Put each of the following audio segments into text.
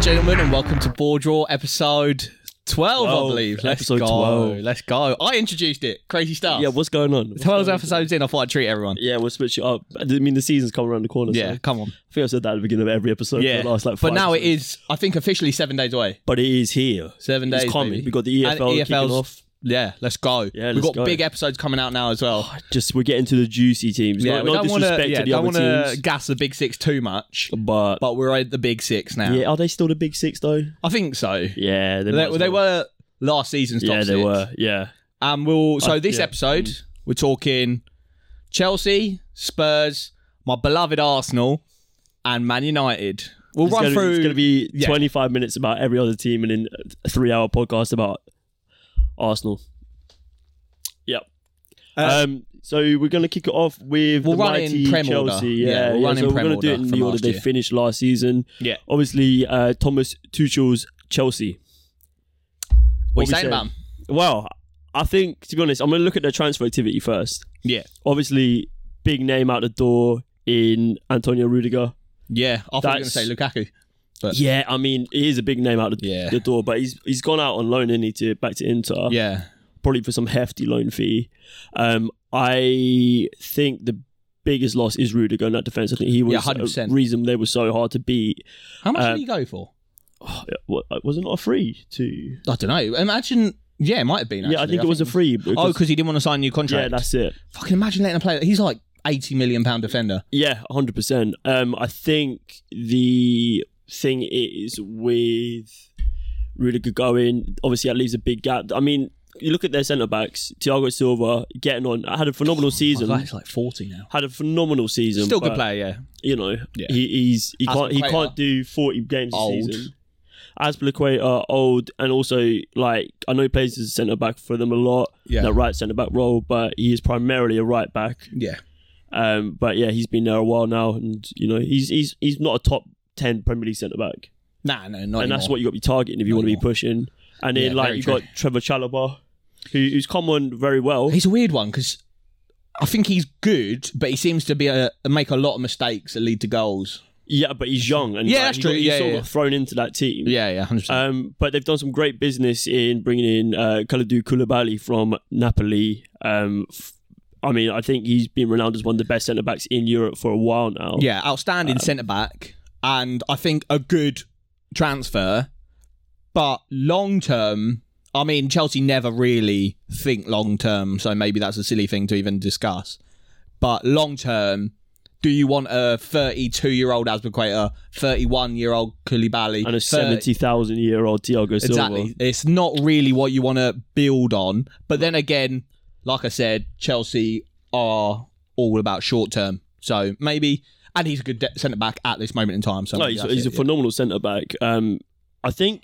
gentlemen, and welcome to Board Draw episode 12, I Twelve. believe. Let's Episode go. 12. Let's go. I introduced it. Crazy stuff. Yeah, what's going on? What's 12 going on? episodes in, I thought I'd treat everyone. Yeah, we'll switch it up. I didn't mean the season's come around the corner. so Yeah, come on. I think I said that at the beginning of every episode. Yeah, last, like, but five now it episodes. is, I think, officially seven days away. But it is here. Seven It's days. coming. baby. We got the And EFL kicking EFL's off. Yeah, let's go. Yeah, We've let's got go. big episodes coming out now as well. Just we're getting to the juicy teams. yeah, Yeah, no, we no don't wanna- disrespect yeah, to the don't other wanna teams, gas the big six too much, but, but we're at the big six now. yeah, are they still the big six though? I think so. Yeah, they, might They, as they well. were last season's top Yeah, they six. were. Yeah, And we'll so Uh, this yeah. episode we're talking Chelsea, Spurs, my beloved Arsenal, and Man United. We'll it's run gonna, through. It's going to be yeah. 25 minutes about every other team, and then a three-hour podcast about Arsenal. Yep. Uh, um. So we're going to kick it off with We'll the run it in mighty Prem Chelsea. order. Yeah, Yeah, we'll run so in we're Prem gonna order do it in from the order last they year. finished last season. yeah, Obviously, uh, Thomas Tuchel's Chelsea. what what you we saying said. about? 'em? Well, I think to be honest, I'm going to look at their transfer activity first. Yeah, Obviously, big name out the door in Antonio Rudiger. yeah. I thought you were going to That's- say Lukaku. But- Yeah, I mean, he is a big name out the, Yeah. the door, but he's he's gone out on loan, isn't he, to back to Inter, Yeah, probably for some hefty loan fee. Um, I think the biggest loss is Rudiger in that defense. I think he was Yeah, 100%. a reason they were so hard to beat. how much Uh, did he go for? Oh, yeah, what, was it not a free to? I don't know. Imagine. Yeah, it might have been. Actually. yeah, I think it was a free. Oh, Because, because he didn't want to sign a new contract. yeah, that's it. Fucking imagine letting a player. He's like eighty million pound defender. Yeah, hundred percent. Um, I think the thing is with Rudiger going, obviously that leaves a big gap. I mean, you look at their centre backs, Thiago Silva getting on. Had a phenomenal Oh, My season. God, he's like forty now. Had a phenomenal season. Still good but, player. Yeah. You know, Yeah. he, he's he can't he Azpilicueta. can't do forty games a Old. season. Aspilicueta, old, and also like I know he plays as a centre back for them a lot, Yeah. that right centre back role, but he is primarily a right back. Yeah. Um, but yeah, he's been there a while now, and you know he's he's he's not a top ten Premier League centre back, Nah, no, not and anymore. that's what you got to be targeting if you Not want to be anymore. pushing. And then Yeah, like very you true. have got Trevor Chalobah, who, who's come on very well. He's a weird one because I think he's good, but he seems to be a, make a lot of mistakes that lead to goals. yeah, but he's young, and Yeah, like, that's he true. Got, he Yeah, sort of yeah. got thrown into that team. Yeah, yeah, hundred percent. Um, but they've done some great business in bringing in uh, Kalidou Koulibaly from Napoli. Um, f- I mean, I think he's been renowned as one of the best centre backs in Europe for a while now. Yeah, outstanding uh, centre back, and I think a good transfer, but long term. I mean, Chelsea never really think long term, so maybe that's a silly thing to even discuss. But long term, do you want a 32 year old Asperquater, 31 year old Koulibaly, and 30 a seventy thousand year old Thiago Silva. uh, Exactly. It's not really what you want to build on. But then again, like I said, Chelsea are all about short term. So maybe, and he's a good de- centre back at this moment in time. So No, maybe he's, that's he's a it, yeah. phenomenal centre back. Um, I think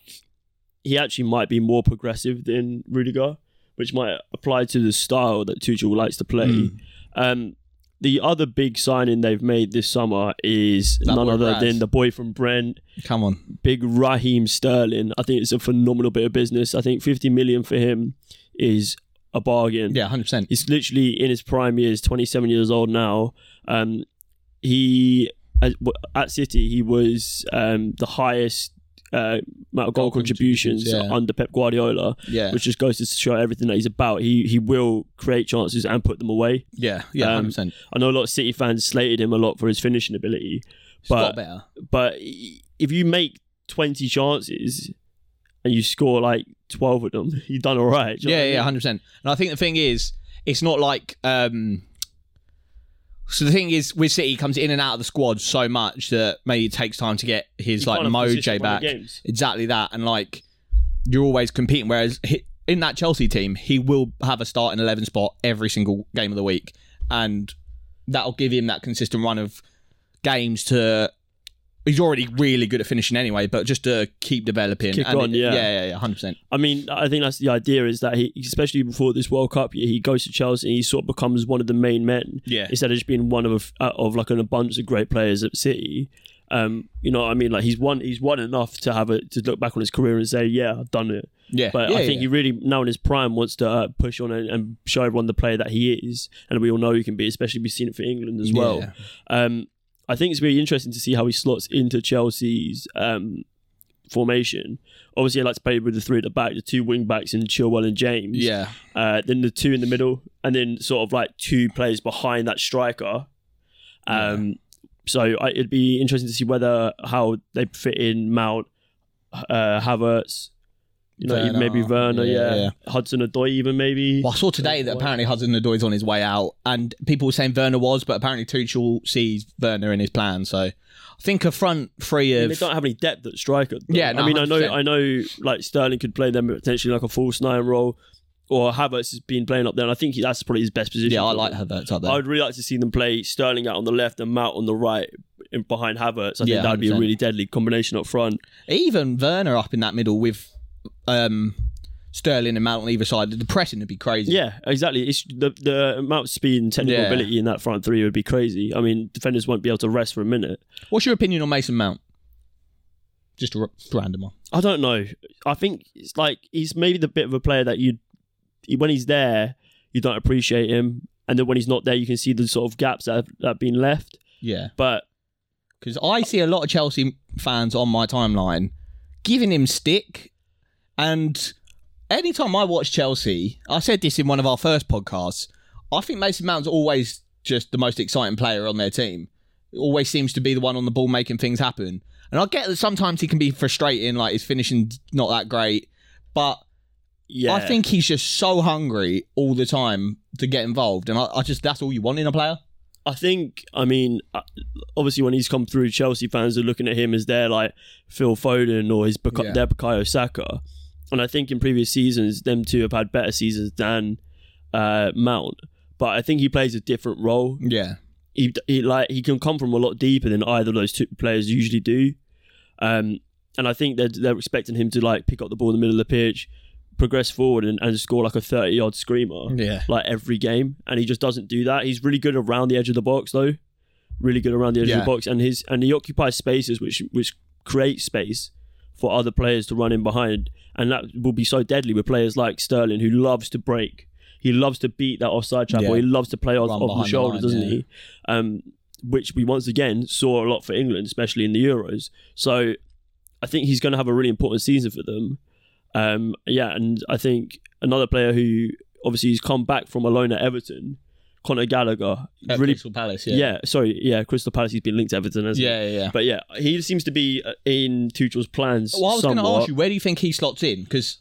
he actually might be more progressive than Rudiger, which might apply to the style that Tuchel likes to play. Mm. Um, the other big signing they've made this summer is That none boy other Raz. than the boy from Brent, Come on. big Raheem Sterling. I think it's a phenomenal bit of business. I think 50 million for him is a bargain. Yeah, 100%. He's literally in his prime years, 27 years old now. Um, he at, at City, he was um, the highest uh, amount of Goal goal, contributions, contributions, yeah. under Pep Guardiola, Yeah. which just goes to show everything that he's about. He he will create chances and put them away. yeah, yeah, um, 100%. I know a lot of City fans slated him a lot for his finishing ability, It's got but better. but if you make 20 chances and you score like 12 of them, you've done all right. do you know Yeah, what yeah, I mean? 100%. And I think the thing is, it's not like. um so the thing is, with City, he comes in and out of the squad so much that maybe it takes time to get his You like can't have mojo consistent run of back. games. exactly that and like you're always competing whereas he, in that chelsea team he will have a start in 11 spot every single game of the week and that'll give him that consistent run of games to he's already really good at finishing anyway but just to keep developing Kick And on, yeah. yeah yeah yeah 100% I mean, I think that's the idea is that he, especially before this World Cup, he goes to Chelsea and he sort of becomes one of the main men yeah instead of just being one of a, uh, of like an abundance of great players at City. Um, you know, what I mean, like he's won, he's won enough to have it to look back on his career and say, yeah, I've done it. yeah But yeah, I think yeah. he really now in his prime wants to uh, push on and, and show everyone the player that he is, and we all know he can be, especially we've seen it for England as well. Yeah. Um, I think it's really interesting to see how he slots into Chelsea's um, formation. Obviously, I like to play with the three at the back, the two wing backs, and Chilwell and James. Yeah. Uh, then the two in the middle, and then sort of like two players behind that striker. Um, So I, it'd be interesting to see whether how they fit in Mount, uh, Havertz, you know, even Werner. maybe Werner, Yeah, yeah, Hudson Odoi, even maybe. Well, I saw today that apparently Hudson Odoi is on his way out, and people were saying Werner was, but apparently Tuchel sees Werner in his plan. So I think a front three I mean, of they don't have any depth at striker. though. Yeah, no, I mean, I know, 100%. I know, like Sterling could play them potentially like a false nine role, or Havertz has been playing up there, and I think he, that's probably his best position. yeah, I like Havertz up there. I would really like to see them play Sterling out on the left and Mount on the right in behind Havertz. I Yeah, think that would be a 100%. really deadly combination up front. Even Werner up in that middle with um, Sterling and Mount on either side, the pressing would be crazy. Yeah, exactly. It's the the amount of speed and technical Yeah. ability in that front three would be crazy. I mean, defenders won't be able to rest for a minute. What's your opinion on Mason Mount? Just a r- random one. I don't know. I think it's like he's maybe the bit of a player that you, when he's there, you don't appreciate him, and then when he's not there, you can see the sort of gaps that have, that have been left. Yeah. But Because I see a lot of Chelsea fans on my timeline giving him stick. And anytime I watch Chelsea, I said this in one of our first podcasts, I think Mason Mount's always just the most exciting player on their team. Always seems to be the one on the ball making things happen. And I get that sometimes he can be frustrating, like his finishing's not that great. But yeah, I think he's just so hungry all the time to get involved. And I, I just, that's all you want in a player. I think, I mean, uh, obviously when he's come through, Chelsea fans are looking at him as their like Phil Foden or his Bak- Yeah. their Bukayo Saka, and I think in previous seasons, them two have had better seasons than uh, Mount. But I think he plays a different role. Yeah. He, he like he can come from a lot deeper than either of those two players usually do, um, and I think they're they're expecting him to like pick up the ball in the middle of the pitch, progress forward, and, and score like a thirty yard screamer Yeah. like every game, and he just doesn't do that. He's really good around the edge of the box, though. Really good around the edge of Yeah. the box, and his and he occupies spaces which which create space for other players to run in behind, and that will be so deadly with players like Sterling, who loves to break. He loves to beat that offside trap, Yeah. or he loves to play off, Run off behind the the shoulder, line, doesn't yeah. he? Um, which we once again saw a lot for England, especially in the Euros. So I think he's going to have a really important season for them. Um, yeah, and I think another player who obviously he's come back from a loan at Everton, Conor Gallagher. At really, Crystal Palace, yeah. sorry, yeah, Crystal Palace. He's been linked to Everton, hasn't Yeah, yeah, yeah. he? But yeah, he seems to be uh, in Tuchel's plans. Well, I was going to somewhat. ask you, where do you think he slots in? Because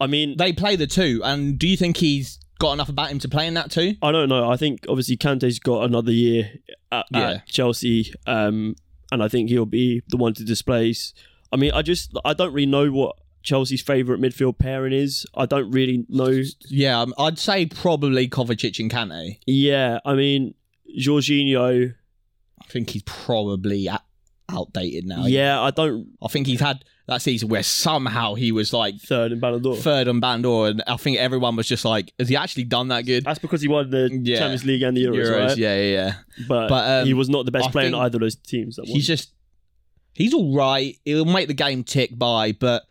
I mean, they play the two, and do you think he's got enough about him to play in that too? I don't know. I think obviously Kante's got another year at, Yeah. at Chelsea, um, and I think he'll be the one to displace. I mean, I just I don't really know what Chelsea's favourite midfield pairing is. I don't really know. Yeah, um, I'd say probably Kovacic and Kante. Yeah, I mean, Jorginho. I think he's probably a- outdated now. Yeah, I don't I think he's had that season where somehow he was like third in Ballon d'Or. third on Bandor, and I think everyone was just like, has he actually done that good? That's because he won the Yeah. Champions League and the Euros, right? yeah, yeah, yeah. But, But, um, he was not the best I player in think either of those teams. That He's just he's all right. He'll make the game tick by, but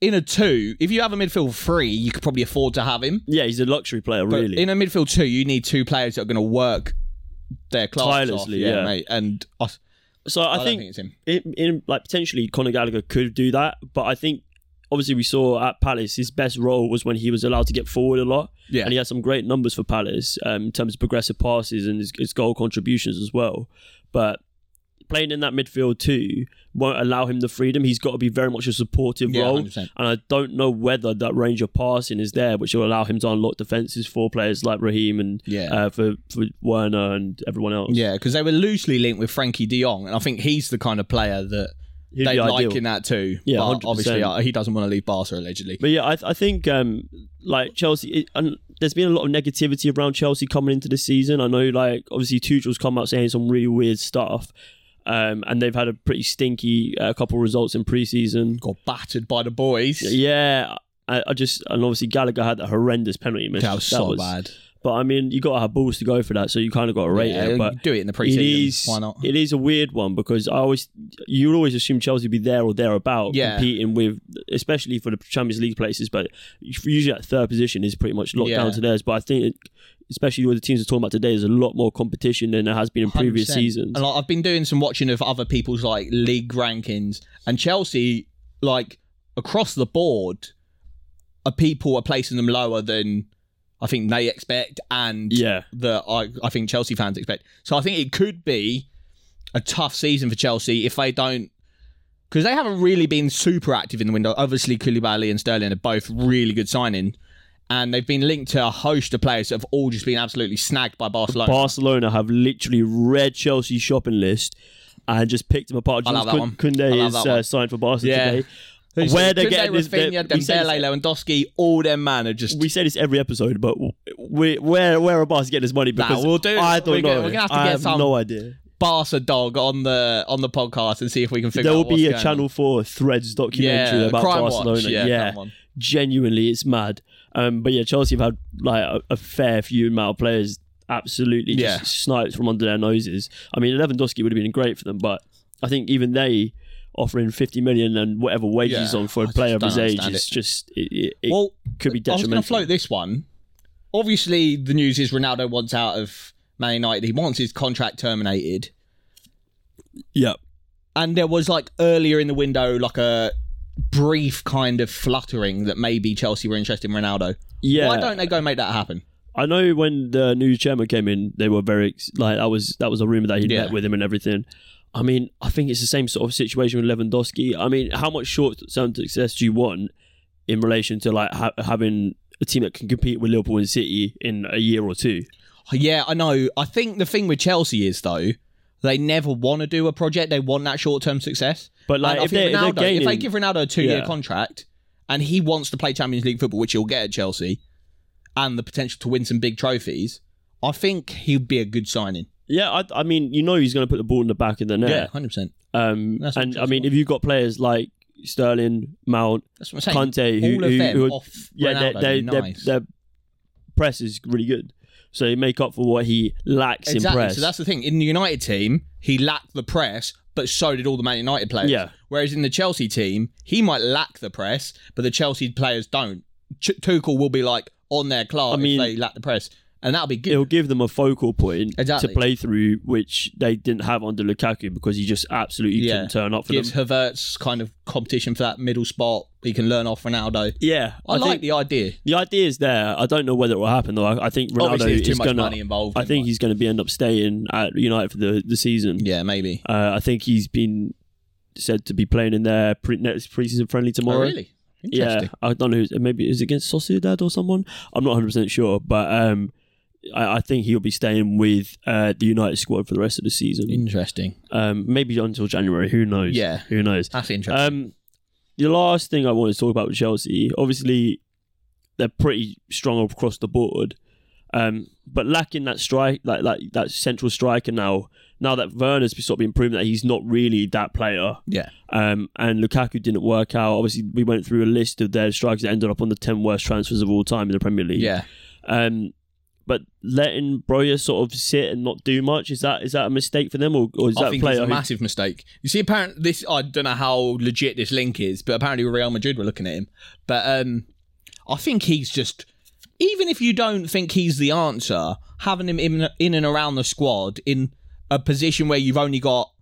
in a two, if you have a midfield three, you could probably afford to have him. won. yeah, he's a luxury player, But really. in a midfield two, you need two players that are going to work their class Tirelessly, yeah. mate. And I, so I, I, don't think, think it's him. in, in like potentially Conor Gallagher could do that, but I think obviously we saw at Palace his best role was when he was allowed to get forward a lot, Yeah, and he had some great numbers for Palace um, in terms of progressive passes and his, his goal contributions as well. But playing in that midfield too won't allow him the freedom. He's got to be very much a supportive yeah, role. 100%. And I don't know whether that range of passing is there, which will allow him to unlock defenses for players like Raheem and yeah, uh, for, for Werner and everyone else. yeah. Because they were loosely linked with Frankie De Jong, and I think he's the kind of player that He'd they be like ideal. in that too. Yeah, but 100%. obviously uh, he doesn't want to leave Barca allegedly. But yeah, I, I think um, like Chelsea, it, and there's been a lot of negativity around Chelsea coming into this season. I know, like obviously Tuchel's come out saying some really weird stuff, um, and they've had a pretty stinky uh, couple results in preseason. Got battered by the boys. Yeah, I, I just and obviously Gallagher had that horrendous penalty miss. that was so bad. But I mean, you got to have balls to go for that, so you kind of got to rate Yeah, it. But do it in the it preseason. is Why not? it is a weird one because I always you would always assume Chelsea would be there or thereabout Yeah. competing with especially for the Champions League places but usually that third position is pretty much locked Yeah. down to theirs but I think it, especially with the teams we're talking about today there's a lot more competition than there has been in previous 100%. seasons And like, I've been doing some watching of other people's like league rankings, and Chelsea like across the board, are people are placing them lower than I think they expect and Yeah. that I, I think Chelsea fans expect. So I think it could be a tough season for Chelsea if they don't. Because they haven't really been super active in the window. Obviously, Koulibaly and Sterling are both really good signing, and they've been linked to a host of players that have all just been absolutely snagged by Barcelona. Barcelona have literally read Chelsea's shopping list and just picked them apart. I love that one. I Kunde love is that one. uh, signed for Barcelona Yeah. today. Where they're Kunde, getting this, they- Rafinha, we, say Dembele, this Lewandowski, all their man are just. we say this every episode, but we, where where are Barca getting this money? Because we'll do- I don't we're gonna- know. we're gonna have to I get have some- no idea. Barca dog on the on the podcast and see if we can figure There will out what's be a going Channel Four Threads on. documentary yeah, about crime Barcelona. watch. Yeah, yeah, that one. genuinely it's mad um but yeah chelsea have had like a, a fair few amount of players absolutely Yeah. just sniped from under their noses i mean lewandowski would have been great for them but i think even they offering 50 million and whatever wages Yeah, on for I a just player of don't his age understand is it. just it, it, it Well, could be I was going detrimental to float this one. Obviously, the news is Ronaldo wants out of Man United. He wants his contract terminated. yeah And there was like earlier in the window, like a brief kind of fluttering that maybe Chelsea were interested in Ronaldo. yeah Why don't they go make that happen? I know when the new chairman came in, they were very ex- like that was that was a rumor that he would Yeah. met with him and everything. I mean, I think it's the same sort of situation with Lewandowski. I mean, how much short-term success do you want in relation to like ha- having a team that can compete with Liverpool and City in a year or two? Yeah, I know. I think the thing with Chelsea is though, they never want to do a project. They want that short term success. But like, and I if, they, think Ronaldo, if they're gaining, if they give Ronaldo a two year Yeah. contract and he wants to play Champions League football, which he'll get at Chelsea, and the potential to win some big trophies, I think he'd be a good signing. yeah, I, I mean, you know, he's going to put the ball in the back of the Yeah, net. hundred percent. Um, That's what and I Chelsea mean, want. if you've got players like Sterling, Mount, That's what I'm saying. Conte, who, All of who, them who are off yeah, Ronaldo. their, their, their, nice. their press is really good. So they make up for what he lacks in exactly. press. So that's the thing. In the United team, he lacked the press, but so did all the Man United players. Yeah. Whereas in the Chelsea team, he might lack the press, but the Chelsea players don't. Ch- Tuchel will be like on their class mean- if they lack the press, and that'll be good. It'll give them a focal point Exactly. to play through, which they didn't have under Lukaku because he just absolutely Yeah. couldn't turn up for gives them. Havertz kind of competition for that middle spot. He can learn off Ronaldo. Yeah, I, like think the idea. the idea is there. I don't know whether it will happen though. I, I think Ronaldo Obviously, there's too is much going money to. involved. I in think one. he's going to be end up staying at United for the the season. yeah, maybe. Uh, I think he's been said to be playing in their pre- next preseason Oh, friendly tomorrow. really? Yeah, Interesting. I don't know. Who's, maybe it's against Sociedad or someone. I'm not 100 percent sure, but um, I, I think he'll be staying with uh, the United squad for the rest of the season. Interesting. Um, maybe until January. Who knows? Yeah. who knows? That's interesting. Um, the last thing I want to talk about with Chelsea, obviously, they're pretty strong across the board, um, but lacking that strike, like like that central striker now. Now that Werner's sort of been proven that he's not really that player, yeah. um, and Lukaku didn't work out. Obviously, we went through a list of their strikers that ended up on the 10 worst transfers of all time in the Premier League. Yeah. Um, but letting Broya sort of sit and not do much, is that is that a mistake for them or, or is I that think player? it's a who- massive mistake. You see, apparently this I don't know how legit this link is, but apparently Real Madrid were looking at him. But um, I think he's just even if you don't think he's the answer, having him in, in and around the squad in a position where you've only got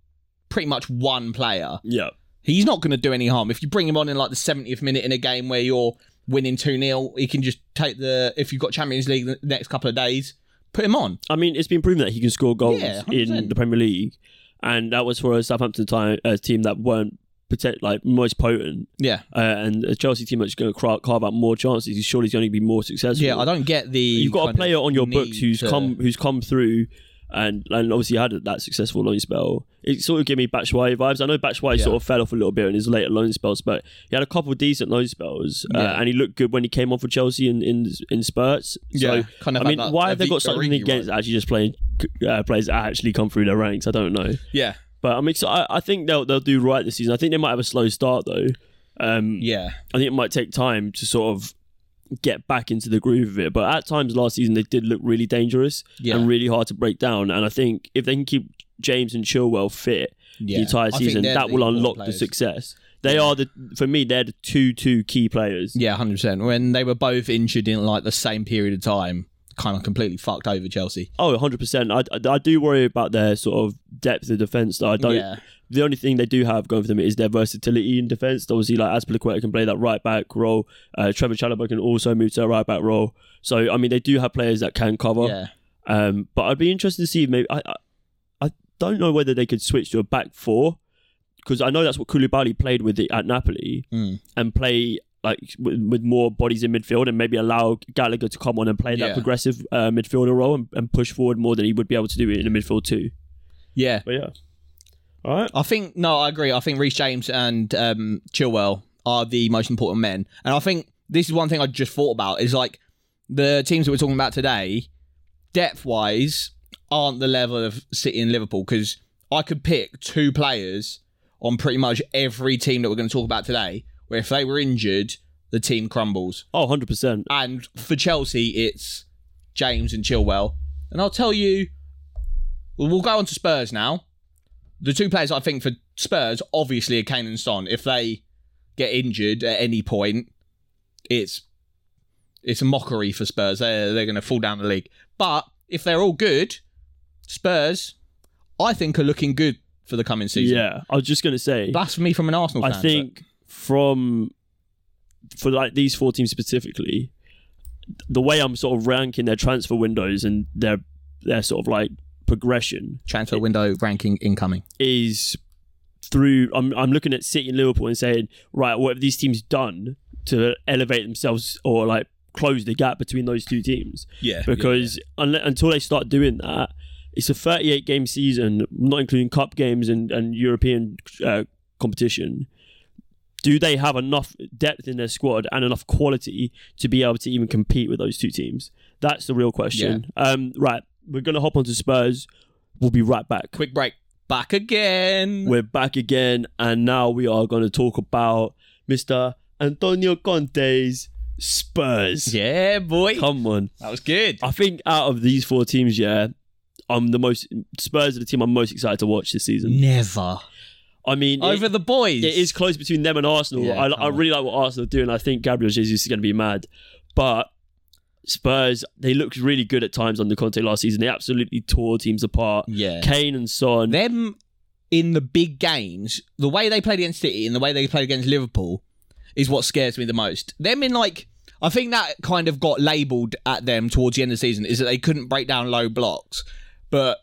pretty much one player, yeah. he's not going to do any harm. If you bring him on in like the 70th minute in a game where you're winning 2 0, he can just take the. If you've got Champions League the next couple of days, put him on. I mean, it's been proven that he can score goals Yeah, 100%. in the Premier League, and that was for a Southampton time, uh, team that weren't protect, like most potent, Yeah. uh, and a Chelsea team that's going to carve out more chances. He's surely going to be more successful. Yeah, I don't get the. you've got a kind of player on your need books who's to- come who's come through and and obviously had that successful loan spell. It sort of gave me Batchway vibes. I know Batchway Yeah. sort of fell off a little bit in his later loan spells, but he had a couple of decent loan spells, uh, Yeah. and he looked good when he came on for Chelsea in in, in spurts. So, Yeah, kind of I had mean, that- why that have they got Victor something Origi against actually just playing uh, players that actually come through their ranks? I don't know, Yeah. but I'm excited. I think they'll they'll do right this season. I think they might have a slow start though. Um, Yeah. I think it might take time to sort of get back into the groove of it. But at times last season, they did look really dangerous Yeah. and really hard to break down. And I think if they can keep James and Chilwell fit yeah. the entire I think season, they're that the will important unlock the players. success. They are the for me, they're the two two key players. Yeah, hundred percent. When they were both injured in like the same period of time, kind of completely fucked over Chelsea. Oh, 100%. I, I, I do worry about their sort of depth of defence that I don't. yeah. The only thing they do have going for them is their versatility in defence. Obviously, like Aspilicueta can play that right back role. Uh, Trevor Chalobah can also move to a right back role. So I mean, they do have players that can cover. yeah. Um, but I'd be interested to see. Maybe I, I, I don't know whether they could switch to a back four because I know that's what Koulibaly played with it at Napoli Mm. and play like with, with more bodies in midfield and maybe allow Gallagher to come on and play that Yeah. progressive uh, midfielder role and, and push forward more than he would be able to do in the midfield too. Yeah. But yeah, all right. I think no, I agree. I think Reece James and um, Chilwell are the most important men, and I think this is one thing I just thought about is like the teams that we're talking about today, depth wise, aren't the level of City and Liverpool because I could pick two players on pretty much every team that we're going to talk about today where if they were injured, the team crumbles. Oh, 100 percent. And for Chelsea, it's James and Chilwell. And I'll tell you, well, we'll go on to Spurs now. The two players I think for Spurs, obviously, are Kane and Son. If they get injured at any point, it's it's a mockery for Spurs. They're, they're going to fall down the league. But if they're all good, Spurs, I think, are looking good for the coming season. Yeah, I was just gonna say. That's for me from an Arsenal fan. I think from for like these four teams specifically, the way I'm sort of ranking their transfer windows and their their sort of like progression so transfer window ranking incoming. is through. I'm I'm looking at City and Liverpool and saying, right, what have these teams done to elevate themselves or like close the gap between those two teams? Yeah. because unle- until they start doing that, it's a 38 game season, not including cup games and, and European uh, competition. Do they have enough depth in their squad and enough quality to be able to even compete with those two teams? That's the real question. Um, right, we're going to hop onto Spurs. We'll be right back. Quick break. Back again. We're back again, and now we are going to talk about Mr. Antonio Conte's Spurs. Yeah, boy. Come on. That was good. I think out of these four teams, yeah, I'm the most Spurs are the team I'm most excited to watch this season. Never. I mean, it- Over the boys. it is close between them and Arsenal. Yeah, I, come I on. really like what Arsenal are doing. I think Gabriel Jesus is going to be mad, but Spurs they looked really good at times under Conte last season. They absolutely tore teams apart. Yeah. Kane and Son, Them in the big games, the way they played against City and the way they played against Liverpool is what scares me the most. Them in like. I think that kind of got labelled at them towards the end of the season is that they couldn't break down low blocks. But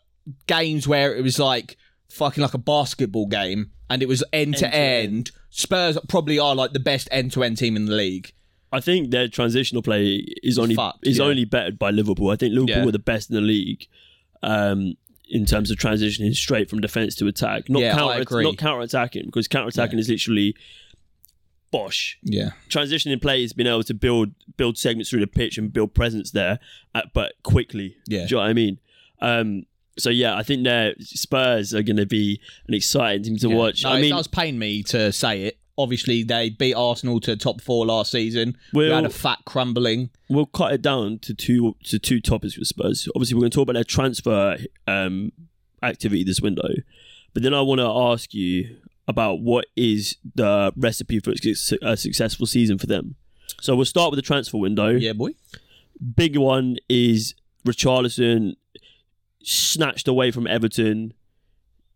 games where it was like fucking like a basketball game and it was end to end, Spurs probably are like the best end to end team in the league. I think their transitional play is only fucked, is yeah. only bettered by Liverpool. I think Liverpool Yeah. were the best in the league um, in terms of transitioning straight from defense to attack, not Yeah, I counter agree. not counter attacking because counter attacking is literally bosh. Yeah. Transitioning play has been able to build build segments through the pitch and build presence there, uh, but quickly. Yeah. do you know what I mean? Um, so yeah, I think their Spurs are going to be an exciting team to Yeah. watch. No, I it mean, does pain me to say it. Obviously, they beat Arsenal to top four last season. we Well- had a fat crumbling. we'll cut it down to two to two topics with Spurs. Obviously, we're going to talk about their transfer um, activity this window, but then I want to ask you about what is the recipe for a suc- a successful season for them. So we'll start with the transfer window. Yeah, boy. Big one is Richarlison snatched away from Everton.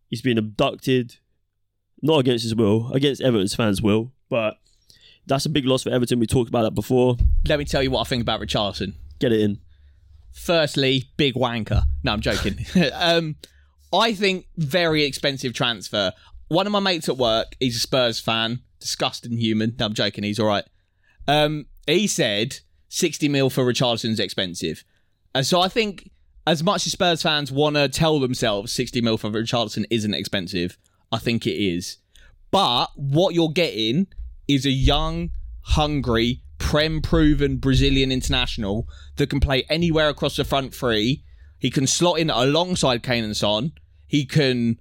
He's been abducted, not against his will, against Everton's fans' will, but that's a big loss for Everton. We talked about that before. Let me tell you what I think about Richarlison. Get it in. Firstly, big wanker. No, I'm joking. um, I think very expensive transfer. One of my mates at work, he's a Spurs fan, disgusting human. No, I'm joking. He's all right. Um, he said 60 mil for Richardson's expensive. And so I think as much as Spurs fans want to tell themselves 60 mil for Richardson isn't expensive, I think it is. But what you're getting is a young, hungry, prem proven Brazilian international that can play anywhere across the front three. He can slot in alongside Kane and Son. He can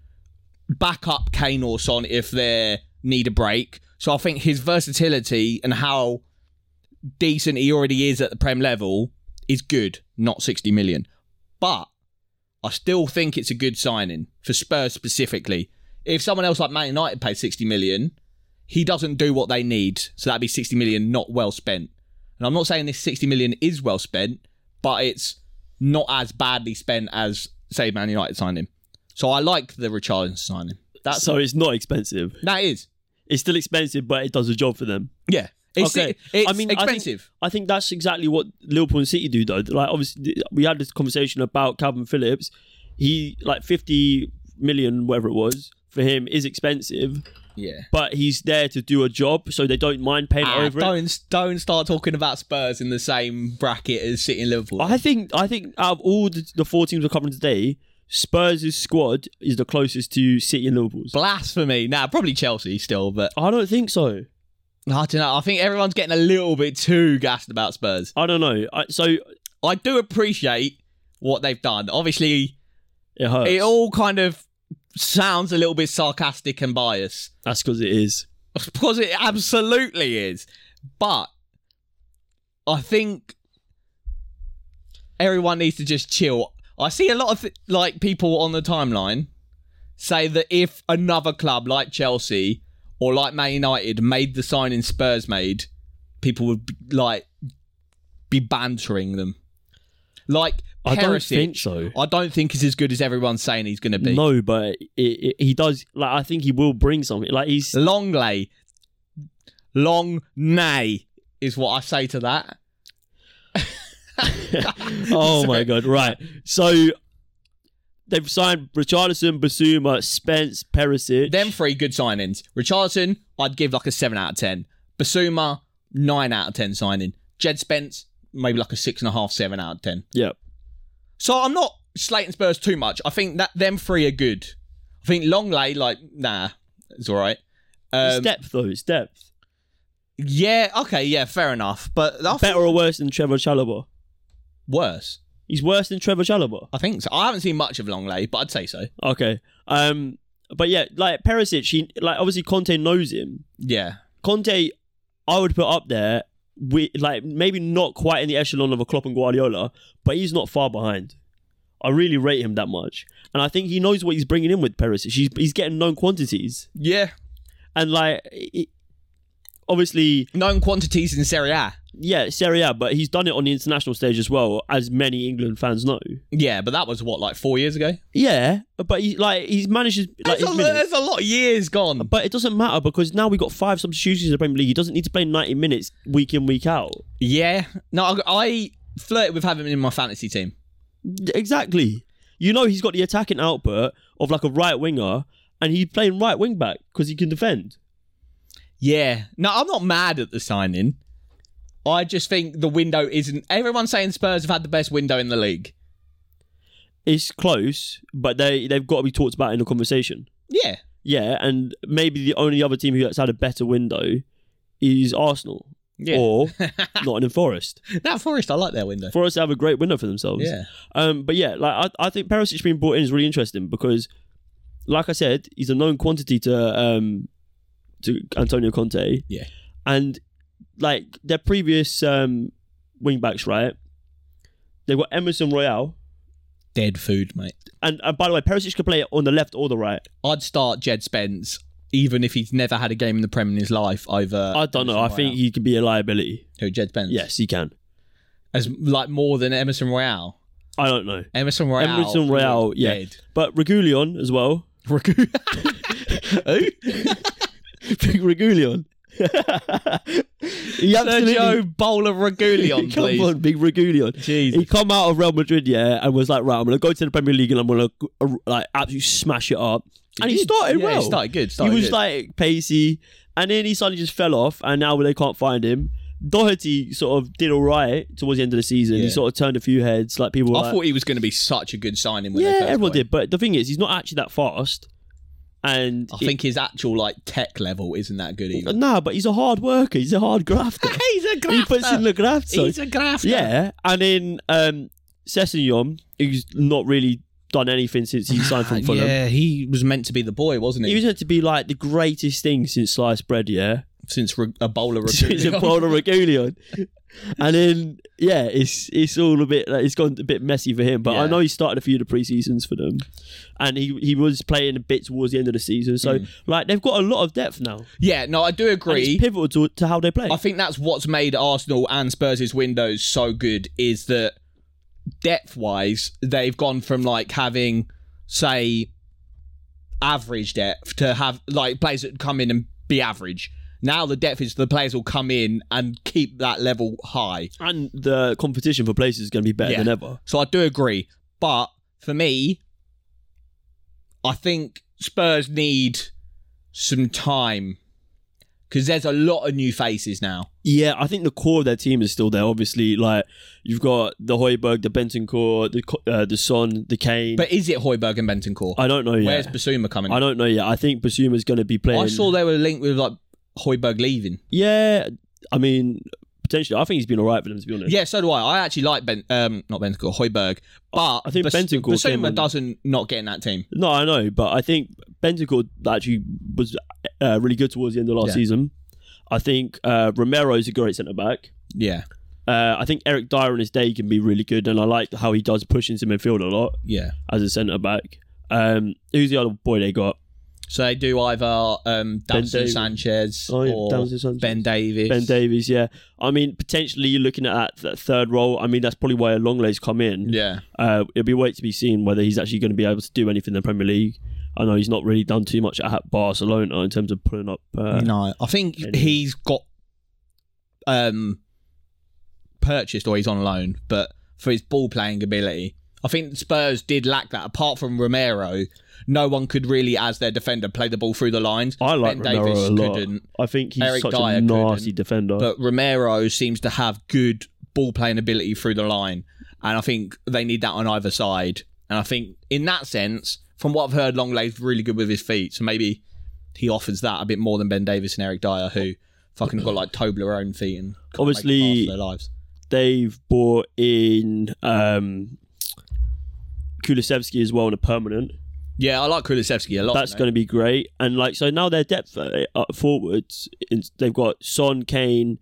back up Kane or Son if they need a break. So I think his versatility and how decent he already is at the Prem level is good, not 60 million. But I still think it's a good signing for Spurs specifically. If someone else like Man United paid 60 million, he doesn't do what they need. So that'd be 60 million not well spent. And I'm not saying this 60 million is well spent, but it's not as badly spent as, say, Man United signed him. So I like the Richarlison signing. That's so it's not expensive. that is It's still expensive, but it does a job for them. yeah. It's, Okay. it's I mean, I think- expensive. I think that's exactly what Liverpool and City do, though. Like, obviously, th- we had this conversation about Calvin Phillips. He like fifty million, whatever it was, for him is expensive, yeah. but he's there to do a job, so they don't mind paying Ah, over it. don't don't start talking about Spurs in the same bracket as City and Liverpool. I think I think out of all the, the four teams we're covering today, Spurs' squad is the closest to City and Liverpool's. Blasphemy. Now nah, probably Chelsea still, but I don't think so. I don't know. I think everyone's getting a little bit too gassed about Spurs. I don't know. I, so I do appreciate what they've done. Obviously, it hurts. it all kind of sounds a little bit sarcastic and biased. that's because it is. Of course, it absolutely is. But I think everyone needs to just chill. I see a lot of like people on the timeline say that if another club like Chelsea or like Man United made the signing Spurs made, people would be, like be bantering them. Like I don't Perisic, think so. I don't think is as good as everyone's saying he's going to be. No, but it, it, he does. Like I think he will bring something. Like he's Longley. Long nay is what I say to that. oh my Sorry. god! Right, so they've signed Richarlison, Basuma, Spence, Perisic. Them three good signings. Richardson, I'd give like a seven out of ten. Basuma, nine out of ten signing. Jed Spence, maybe like a six and a half, seven out of ten. yeah, So I'm not slating Spurs too much. I think that them three are good. I think Longley, like, nah, it's all right. it's Um, depth though. It's depth. yeah, okay, yeah, fair enough. But I think Better or worse than Trevor Chalobah? worse. He's worse than Trevor Chalobah. I think so. I haven't seen much of Longley, but I'd say so. Okay. Um, but yeah, like Perisic, he like obviously Conte knows him. Yeah. Conte, I would put up there. with like maybe not quite in the echelon of a Klopp and Guardiola, but he's not far behind. I really rate him that much, and I think he knows what he's bringing in with Perisic. He's he's getting known quantities, Yeah. and like it, obviously, known quantities in Serie A. yeah, Serie A, but he's done it on the international stage as well, as many England fans know. Yeah, but that was what like four years ago. Yeah, but he like he's manages like There's, his a, minutes. there's a lot of years gone. But it doesn't matter because now we've got five substitutions in the Premier League. He doesn't need to play 90 minutes week in, week out. Yeah, no, I, I flirted with having him in my fantasy team. Exactly. You know he's got the attacking output of like a right winger, and he's playing right wing back because he can defend. Yeah, no, I'm not mad at the signing. I just think the window isn't. Everyone's saying Spurs have had the best window in the league. It's close, but they they've got to be talked about in the conversation. Yeah, Yeah, and maybe the only other team who's had a better window is Arsenal yeah. or Nottingham Forest. that Forest, I like their window. Forest have a great window for themselves. Yeah, Um, but yeah, like I, I think Perisic being brought in is really interesting because, like I said, he's a known quantity to um, to Antonio Conte. Yeah. and like their previous um, wing backs, right? They've got Emerson Royale, dead food, mate. and, and by the way, Perisic could play on the left or the right. I'd start Jed Spence, even if he's never had a game in the Prem in his life. Over I don't know. I Emerson think Royale. he could be a liability. who Jed Spence, Yes, he can. as like more than Emerson Royale. I don't know. Emerson Royale. Emerson Royale, yeah. Dead. But Regulion as well. Regulion. he absolutely Sergio Bowler Regulion, Come please. on, big Regulion. Jesus. He come out of Real Madrid, yeah, and was like, right, I'm gonna go to the Premier League and I'm gonna uh, like absolutely smash it up. And he, did. started Yeah, well. He started good. He Started was good. like pacey, and then he suddenly just fell off, and now they can't find him. Doherty sort of did all right towards the end of the season. Yeah. He sort of turned a few heads, like people. Were I like, thought he was going to be such a good signing. When they yeah, first everyone got him. did, but the thing is, he's not actually that fast, and I think his actual like tech level isn't that good either. nah, but he's a hard worker. He's a hard grafter. He's a grafter. he puts in the graft. so- He's a grafter. Yeah, and then um, Sessegnon, who's not really done anything since he signed from Fulham. Uh, Yeah, he was meant to be the boy, wasn't he? He was meant to be like the greatest thing since sliced bread, yeah. Since Re- a bowler Since a Regulion. bowl of Regulion. and then yeah, it's it's all a bit like, it's gone a bit messy for him. But I Yeah. know he started a few of the pre seasons for them, and he he was playing a bit towards the end of the season. So Mm. like they've got a lot of depth now. yeah, no, I do And it's agree. pivotal to, to how they play. I think that's what's made Arsenal and Spurs' windows so good is that depth wise, they've gone from like having, say, average depth to have like players that come in and be average. Now the depth is the players will come in and keep that level high. And the competition for places is going to be better Yeah. than ever. So I do agree. But for me, I think Spurs need some time because there's a lot of new faces now. Yeah, I think the core of their team is still there. Obviously, like you've got the Hoiberg, the Benton core, the Co- uh, the Son, the Kane. But is it Hoiberg and Bentoncourt? I don't know yet. Where's Basuma coming? I don't know yet. I think Basuma's going to be playing. I saw they were linked with like Hoiberg leaving. Yeah, I mean potentially. I think he's been all right for them to be honest. Yeah, so do I. I actually like Ben, um, not Bentoncourt, Hoiberg. But I think Bas- Bentoncourt came Basuma on- doesn't not get in that team. No, I know, but I think Bentacore actually was uh, really good towards the end of last Yeah. season. I think uh, Romero's a great centre back. Yeah, Uh, I think Eric Dyer on his day can be really good, and I like how he does push into midfield a lot yeah. as a centre back. Um, who's the other boy they got? So they do either um, Davison Davies. Sanchez Oh, yeah, or Davison Sanchez. Ben Davis. Ben Davies, yeah. I mean, potentially you're looking at that, that third role. I mean, that's probably why Longley's come in. Yeah. Uh, it'll be wait to be seen whether he's actually going to be able to do anything in the Premier League. I know he's not really done too much at Barcelona in terms of pulling up. Uh, no, I think Anyway. he's got um purchased or he's on loan, but for his ball playing ability, I think Spurs did lack that. Apart from Romero, no one could really, as their defender, play the ball through the lines. I like Ben Romero Davis a lot. couldn't, I think he's Eric such Dyer a nasty couldn't, defender. but Romero seems to have good ball playing ability through the line, and I think they need that on either side. And I think in that sense, from what I've heard, Longley's really good with his feet, so maybe he offers that a bit more than Ben Davis and Eric Dyer, who fucking got like Toblerone feet and can't make Obviously- it past their lives. they've bought in um, Kulisevsky as well on a permanent. Yeah, I like Kulisevsky a lot. That's going to be great. And like so now their depth uh, up forwards, it's- they've got Son, Kane,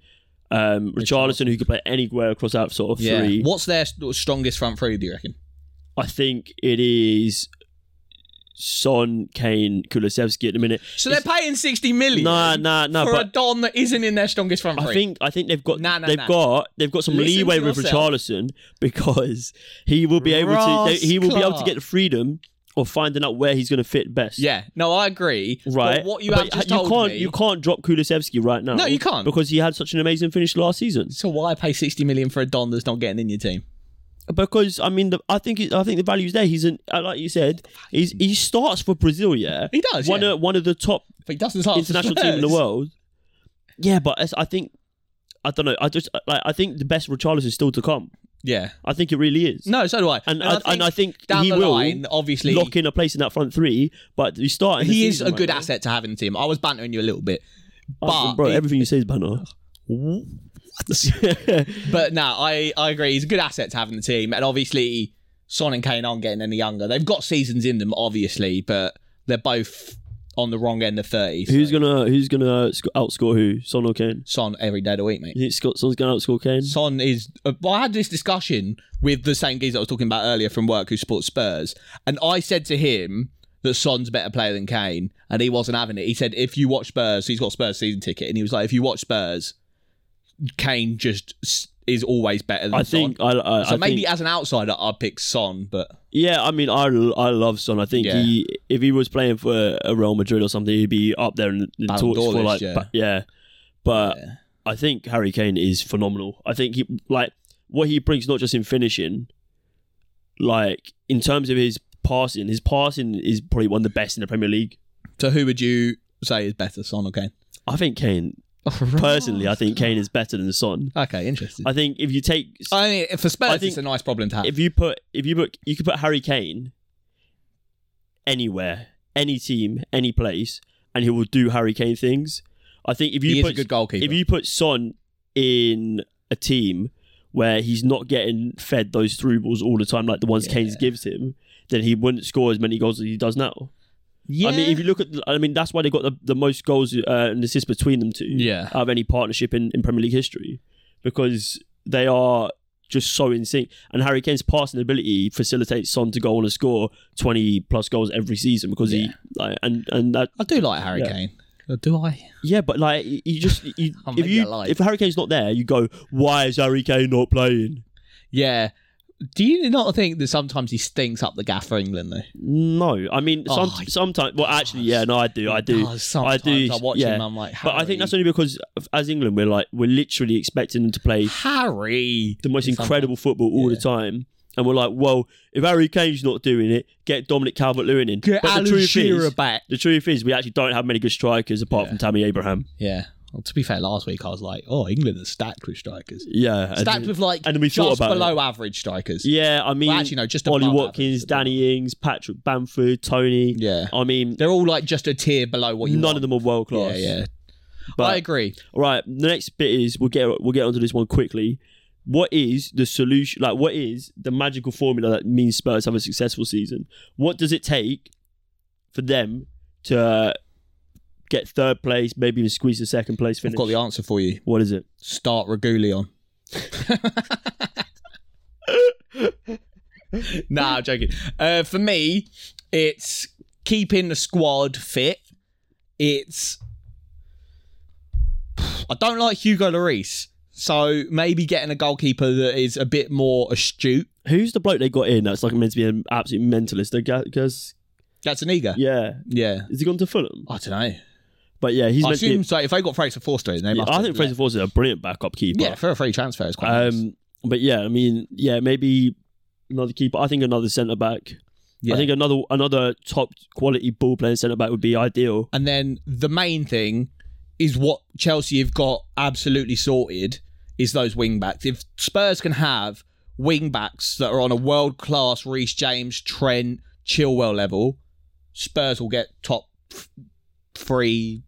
um, Richarlison, who could play anywhere across that sort of yeah. three. What's their st- strongest front three? Do you reckon? I think it is Son, Kane, Kulisevsky at the minute. So they're paying sixty million. Nah, nah, nah. for a But Don that isn't in their strongest front three. I think I think they've got Nah, nah, they've nah. got they've got some Listen leeway to with yourself. Richarlison because he will be able to Ross he will be able to Clark. get the freedom of finding out where he's going to fit best. yeah, no, I agree. Right. But what you But have just you told can't me, you can't drop Kulisevsky right now. No, you can't. Because he had such an amazing finish last season. So why pay sixty million for a Don that's not getting in your team? Because I mean the, I think it, I think the value's there. He's an uh, like you said, he's he starts for Brazil, yeah. He does, One yeah. Oh, of one of the top But he doesn't start for international team in the Spurs. world. Yeah, but it's- I think I don't know. I just uh, like I think the best Richarlison is still to come. Yeah. I think it really is. No, so do I. And, I, and I think down he the will line, obviously, lock in a place in that front three, but you start. he is a good asset to have in the team. I was bantering you a little bit, but bro, it- everything you say is banner. but no, I I agree. He's a good asset to have in the team, and obviously, Son and Kane aren't getting any younger. They've got seasons in them, obviously, but they're both on the wrong end of thirty. so who's gonna Who's gonna sc- outscore who? Son or Kane? Son every day of the week, mate? You think Scott Son's gonna outscore Kane? Son is. Uh, well, I had this discussion with the same geezer I was talking about earlier from work who supports Spurs, and I said to him that Son's a better player than Kane, and he wasn't having it. He said, if you watch Spurs, he's got a Spurs season ticket, and he was like, if you watch Spurs, Kane just s- is always better than I Son. think I, I, so I maybe think, as an outsider, I'd pick Son, but yeah. I mean, I, I love Son. I think Yeah. he if he was playing for a Real Madrid or something, he'd be up there in the Ballon talks d'Or for list, like yeah. ba- yeah. But Yeah. I think Harry Kane is phenomenal. I think he like what he brings not just in finishing, like in terms of his passing. His passing is probably one of the best in the Premier League. so who would you say is better, Son or Kane? I think Kane personally. I think Kane is better than Son. okay, interesting. Oh, I, I think if you take mean, for Spurs, I think- it's a nice problem to have. if you put if you put you could put Harry Kane anywhere, any team, any place, and he will do Harry Kane things. I think if you he is put a good goalkeeper. if you put Son in a team where he's not getting fed those through balls all the time, like the ones Yeah. Kane gives him, then he wouldn't score as many goals as he does now. yeah. I mean, if you look at, I mean, that's why they got the, the most goals uh, and assists between them two Yeah. out of any partnership in, in Premier League history because they are just so in sync. And Harry Kane's passing ability facilitates Son to go on and score 20 plus goals every season because Yeah. he, like, and, and that, I do like Harry Yeah. Kane. Uh, Do I? yeah, but like, you you just, you, I'm if in your you, life. if Harry Kane's not there, you go, why is Harry Kane not playing? Yeah. Do you not think that sometimes he stinks up the gaff for England though? No, I mean some, Oh, he sometimes. Well, actually, yeah, no, I do, I do, Oh, sometimes I do. I watch yeah. him. I'm like, but I think that's Harry, only because as England, we're like we're literally expecting them to play Harry. the most Sometimes. incredible football all the Yeah. time, and we're like, well, if Harry Kane's not doing it, get Dominic Calvert-Lewin in. Get but Alan the truth Shearer is, back. the truth is, we actually don't have many good strikers apart Yeah. from Tammy Abraham. Yeah. Well, to be fair, last week I was like, oh, England are stacked with strikers. Yeah, and- Stacked with like and we thought just about below average strikers. yeah. I mean, Well, actually, no, just Ollie above Watkins, average. Danny Ings, Patrick Bamford, Tony. Yeah. I mean, They're all like just a tier below what you none want. of them are world class. Yeah, yeah. But I agree. All right, the next bit is we'll get we'll get onto this one quickly. What is the solution? Like, what is the magical formula that means Spurs have a successful season? What does it take for them to uh, get third place, maybe even squeeze the second place I've finish? got the answer for you. what is it? Start Regulion. nah, I'm joking. Uh, for me, it's keeping the squad fit. It's I don't like Hugo Lloris, so maybe getting a goalkeeper that is a bit more astute. Who's the bloke they got in that's like meant to be an absolute mentalist? Because That's an eager. yeah, Yeah. has he gone to Fulham? I don't know. But yeah, he's I meant to. assume Be, so. If they got Fraser Forster, in, they must. I have think let- Fraser Forster is a brilliant backup keeper. Yeah, for a free transfer is quite. nice. Um, but yeah, I mean, yeah, maybe another keeper. I think another centre back. Yeah. I think another another top quality ball playing centre back would be ideal. And then the main thing is what Chelsea have got absolutely sorted is those wing backs. If Spurs can have wing backs that are on a world class Reece James, Trent, Chilwell level, Spurs will get top f- three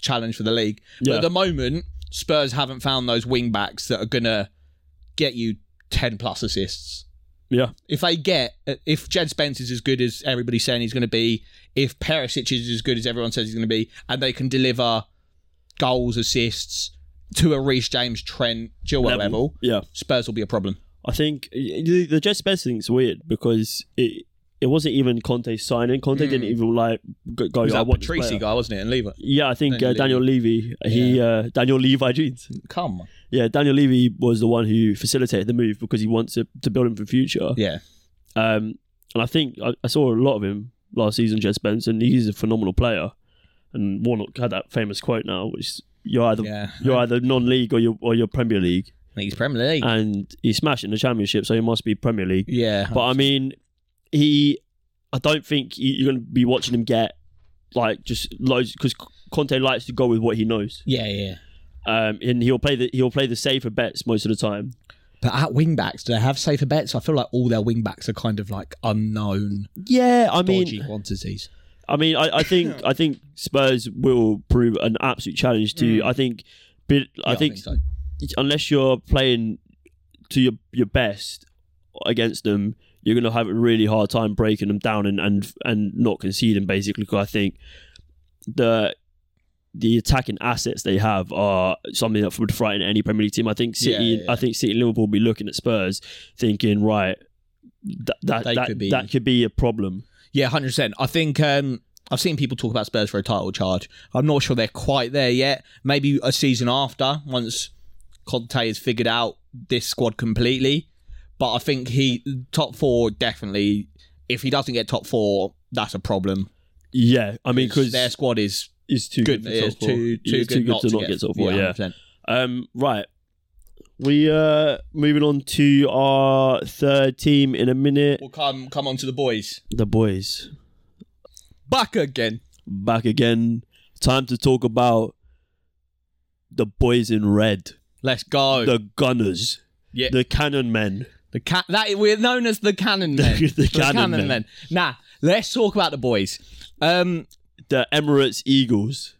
challenge for the league. But Yeah, at the moment, Spurs haven't found those wing backs that are gonna get you ten plus assists yeah, if they get uh, if Jed Spence is as good as everybody's saying he's going to be, if Perisic is as good as everyone says he's going to be, and they can deliver goals, assists to a Reece James, Trent, Chilwell level, Um, yeah. Spurs will be a problem. I think the, the Jess Spence thing's weird because it it wasn't even Conte signing. Conte Mm. didn't even like go. go It was Oh, I that want this Patrice player. guy, wasn't it? And Lever. Yeah, I think Daniel uh, Daniel Levy. He uh, Daniel Levi jeans. Come. on. Yeah, Daniel Levy was the one who facilitated the move because he wants to, to build him for future. Yeah. Um, and I think I, I saw a lot of him last season, Jed Spence, and he's a phenomenal player. And Warnock had that famous quote now, which is, you're either Yeah. you're either non-league or you're or you're Premier League, And he's Premier League. and he's smashing the Championship, so he must be Premier League. yeah. But I mean, he, I don't think he, you're going to be watching him get like just loads because Conte likes to go with what he knows, yeah, yeah. um, and he'll play the he'll play the safer bets most of the time. But at wing backs, do they have safer bets? I feel like all their wing backs are kind of like unknown, Yeah, I mean, dodgy quantities. I mean, I, I think I think Spurs will prove an absolute challenge to. you. I think, but I, Yeah, think so. unless you're playing to your your best against them, you're going to have a really hard time breaking them down and and, and not conceding. Basically, 'Cause I think the the attacking assets they have are something that would frighten any Premier League team. I think City, Yeah, yeah. I think City and Liverpool will be looking at Spurs, thinking right. That that, They that, could be- that could be a problem. Yeah, hundred percent. I think um, I've seen people talk about Spurs for a title charge. I'm not sure they're quite there yet. Maybe a season after, once Conte has figured out this squad completely. But I think he top four definitely. If he doesn't get top four, that's a problem. Yeah, I mean, because their squad is is too good. good, It's for top four. too, too It's good, not to, get, top four. Yeah. 100%. Um. Right. We uh moving on to our third team in a minute. We'll come come on to the boys. The boys Back again. back again. Time to talk about the boys in red, Let's go. The, the Gunners, Yeah. the Cannon Men. ca- that we're known as the cannon men. The Cannon Men. Nah, let's talk about the boys. Um, the Emirates Eagles.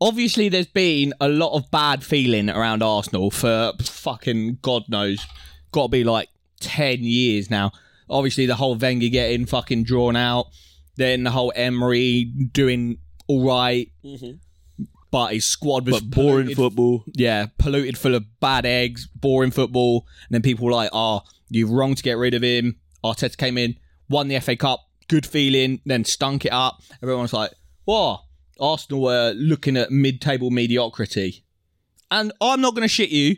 obviously there's been a lot of bad feeling around Arsenal for fucking God knows, got to be like 10 years now. Obviously, the whole Wenger getting fucking drawn out, then the whole Emery doing all right, but his squad was But boring polluted- football. Yeah, polluted full of bad eggs, boring football. And then people were like, oh, you're wrong to get rid of him. Arteta came in, won the FA Cup, good feeling, then stunk it up. Everyone's like, whoa, Arsenal were looking at mid table mediocrity. And I'm not going to shit you,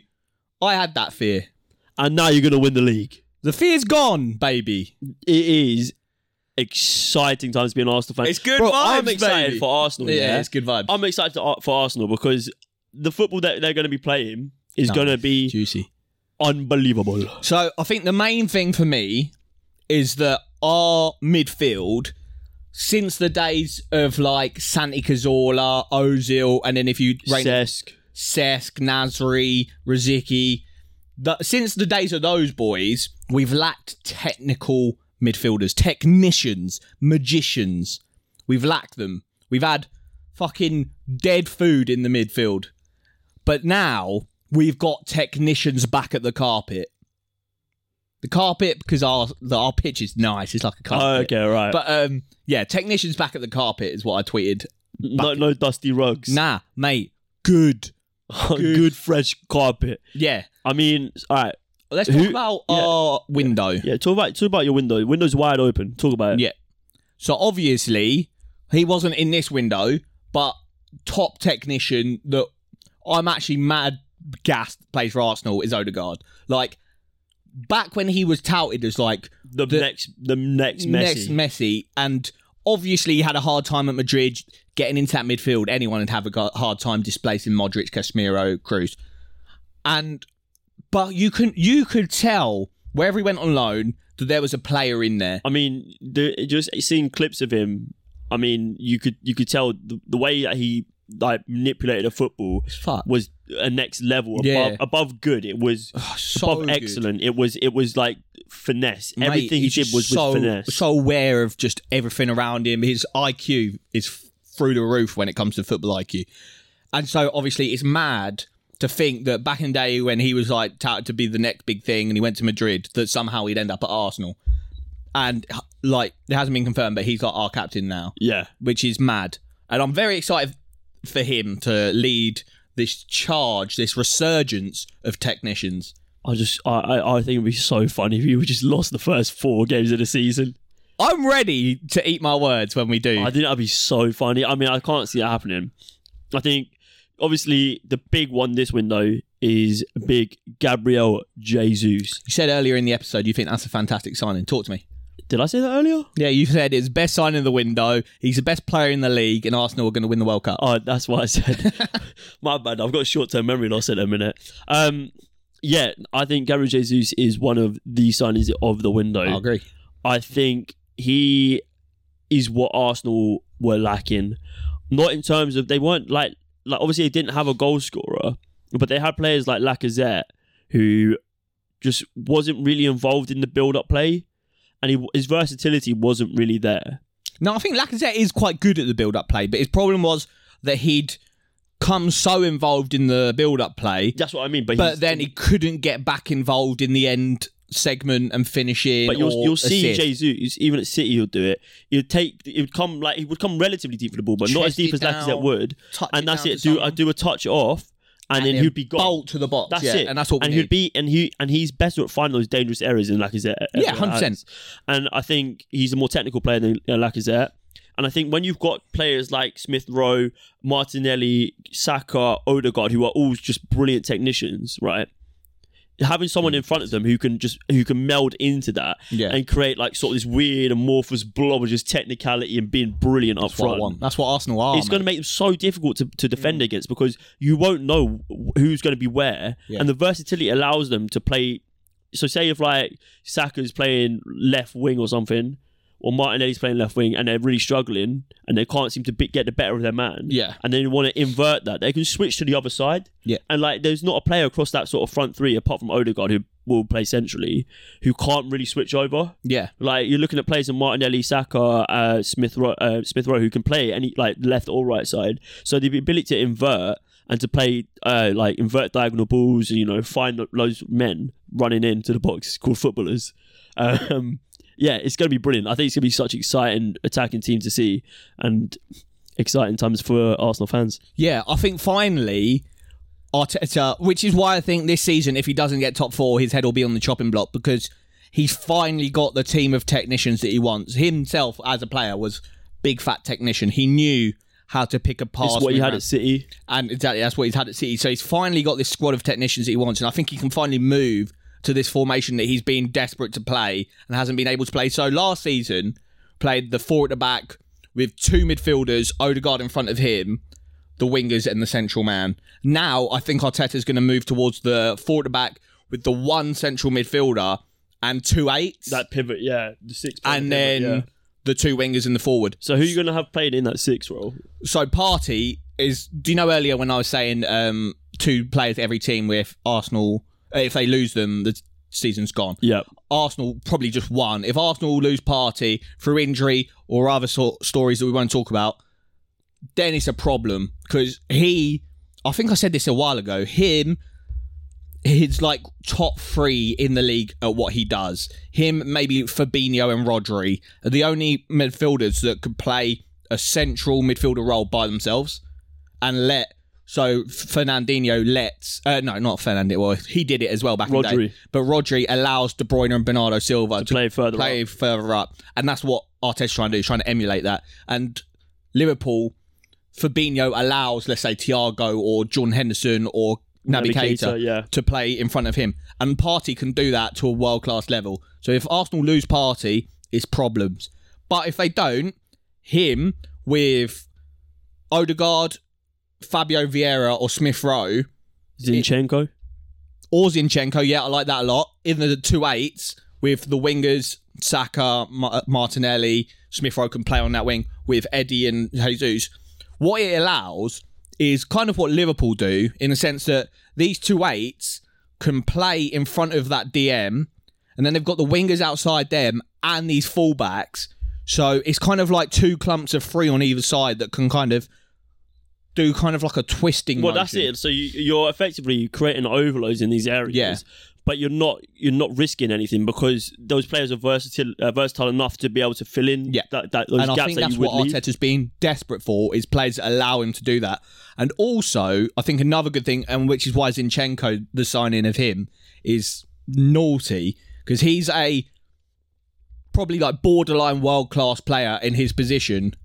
I had that fear. And now you're gonna win the league. The fear's gone, baby. It is exciting times to be an Arsenal fan. It's good Bro, vibes, I'm excited baby. for Arsenal. yeah, Yeah, it's good vibes. I'm excited to- uh, for Arsenal because the football that they're going to be playing is Nice. going to be Juicy. unbelievable. So I think the main thing for me is that our midfield, since the days of like Santi Cazorla, Ozil, and then if you rank Cesc. Sesk, Nasri, Riziki. The, since the days of those boys, we've lacked technical midfielders, technicians, magicians. We've lacked them. We've had fucking dead food in the midfield. But now we've got technicians back at the carpet. The carpet, because our the, our pitch is nice. It's like a Oh, carpet. okay, right. But um, yeah, technicians back at the carpet is what I tweeted. no, no dusty rugs. Nah, mate, good. good. fresh carpet. Yeah, I mean, all right. Let's Who- talk about yeah. our window. Yeah, talk about talk about your window. Window's wide open. Talk about it. Yeah. So obviously he wasn't in this window, but top technician that I'm actually mad gassed plays for Arsenal is Odegaard. Like back when he was touted as like The, The- next, the next next Messi. Messi, and obviously he had a hard time at Madrid getting into that midfield. Anyone would have a go- hard time displacing Modric, Casemiro, Cruz, and but you can you could tell wherever he went on loan that there was a player in there. I mean, the, just seeing clips of him. I mean, you could you could tell the, the way that he like manipulated a football Fuck. was a next level above Yeah, above good. It was so above good. excellent. It was it was like finesse. Mate, Everything he he's did just was so, with finesse. So aware of just everything around him. His IQ is f- through the roof when it comes to football IQ. And so obviously it's mad to think that back in the day when he was like touted to be the next big thing and he went to Madrid, that somehow he'd end up at Arsenal. And like it hasn't been confirmed, but he's like our captain now, yeah, which is mad. And I'm very excited for him to lead this charge, this resurgence of technicians. I just I, I I think it'd be so funny if you just lost the first four games of the season. I'm ready to eat my words when we do. I think that'd be so funny. I mean, I can't see it happening. I think obviously the big one this window is big Gabriel Jesus. You said earlier in the episode you think that's a fantastic signing. Talk to me. Did I say that earlier? Yeah, you said it's best signing of the window. He's the best player in the league, and Arsenal are going to win the World Cup. Oh, that's what I said. My bad. I've got short term memory loss in a minute. Um, yeah, I think Gabriel Jesus is one of the signings of the window. I agree. I think he is what Arsenal were lacking. Not in terms of they weren't like like obviously they didn't have a goal scorer, but they had players like Lacazette who just wasn't really involved in the build up play, and he, his versatility wasn't really there. No, I think Lacazette is quite good at the build-up play, but his problem was that he'd come so involved in the build-up play, That's what I mean. But, but he's- then he couldn't get back involved in the end segment and finishing. But you'll, or you'll see assist. Jesus even at City he'll do it. He'll take he would come like he would come relatively deep for the ball, but not as Chest it deep as Lacazette down, would. touch And that's down it. to Do I someone, do a touch off, and, then he'd be gone. bolt to the box. That's yeah, it. and that's what we and need. he'd be and he and he's better at finding those dangerous areas than Lacazette. Yeah, ever 100%. has. And I think he's a more technical player than uh, Lacazette. And I think when you've got players like Smith Rowe, Martinelli, Saka, Odegaard, who are all just brilliant technicians, right? Having someone in front of them who can just who can meld into that Yeah. and create like sort of this weird amorphous blob of just technicality and being brilliant up That's what I front want. That's what Arsenal are. it's going to make them so difficult to, to defend Mm. against because you won't know who's going to be where, Yeah. and the versatility allows them to play. So say if like Saka's playing left wing or something, or Martinelli's playing left wing, and they're really struggling and they can't seem to be, get the better of their man, Yeah. and then you want to invert that, they can switch to the other side, Yeah. and like there's not a player across that sort of front three apart from Odegaard who will play centrally, who can't really switch over. yeah. Like you're looking at players in Martinelli, Saka, uh, Smith, Rowe, uh, Smith Rowe, who can play any like left or right side. So the ability to invert and to play uh, like invert diagonal balls, and you know, find those men running into the box called footballers. Um, yeah, it's going to be brilliant. I think it's going to be such exciting attacking team to see and exciting times for Arsenal fans. Yeah, I think finally Arteta, which is why I think this season, if he doesn't get top four, his head will be on the chopping block because he's finally got the team of technicians that he wants. Himself as a player was big fat technician. He knew how to pick a pass. It's what you move had around. at City. and exactly that's what he's had at City. So he's finally got this squad of technicians that he wants, and I think he can finally move to this formation that he's been desperate to play and hasn't been able to play. So last season, played the four at the back with two midfielders, Odegaard in front of him, the wingers and the central man. Now I think Arteta's going to move towards the four at the back with the one central midfielder and two eights, That pivot, yeah, the six. and then the two wingers and the forward. so who are you going to have playing in that six role? So party is. Do you know earlier when I was saying um, two players every team with Arsenal? If they lose them, the season's gone. Yeah, Arsenal probably just one. If Arsenal lose party through injury or other sort stories that we won't talk about, then it's a problem because he. I think I said this a while ago. Him, he's like top three in the league at what he does. Him, maybe Fabinho and Rodri are the only midfielders that could play a central midfielder role by themselves and let. So Fernandinho lets. Uh, no, not Fernandinho. Well, he did it as well back in the Rodri. day. But Rodri allows De Bruyne and Bernardo Silva to, play further. play up. further up, and that's what Arteta's trying to do, trying to emulate that. And Liverpool, Fabinho allows, let's say, Thiago or John Henderson or Naby Naby Keita, Keita, yeah. to play in front of him, and Party can do that to a world class level. So if Arsenal lose Party, it's problems. But if they don't, him with Odegaard, Fabio Vieira, or Smith Rowe, Zinchenko. or Zinchenko. Yeah, I like that a lot. In the two eights with the wingers, Saka, Ma- uh, Martinelli, Smith Rowe can play on that wing with Eddie and Jesus. What it allows is kind of what Liverpool do in the sense that these two eights can play in front of that DM, and then they've got the wingers outside them and these fullbacks. So it's kind of like two clumps of three on either side that can kind of do kind of like a twisting. Well, that's motion. it. So you, you're effectively creating overloads in these areas. Yeah. But you're not you're not risking anything because those players are versatile uh, versatile enough to be able to fill in Yeah. that, that those and I gaps think that that's you would what leave. Arteta's been desperate for is players that allow him to do that. And also, I think another good thing, and which is why Zinchenko, the signing of him, is naughty because he's a probably like borderline world class player in his position.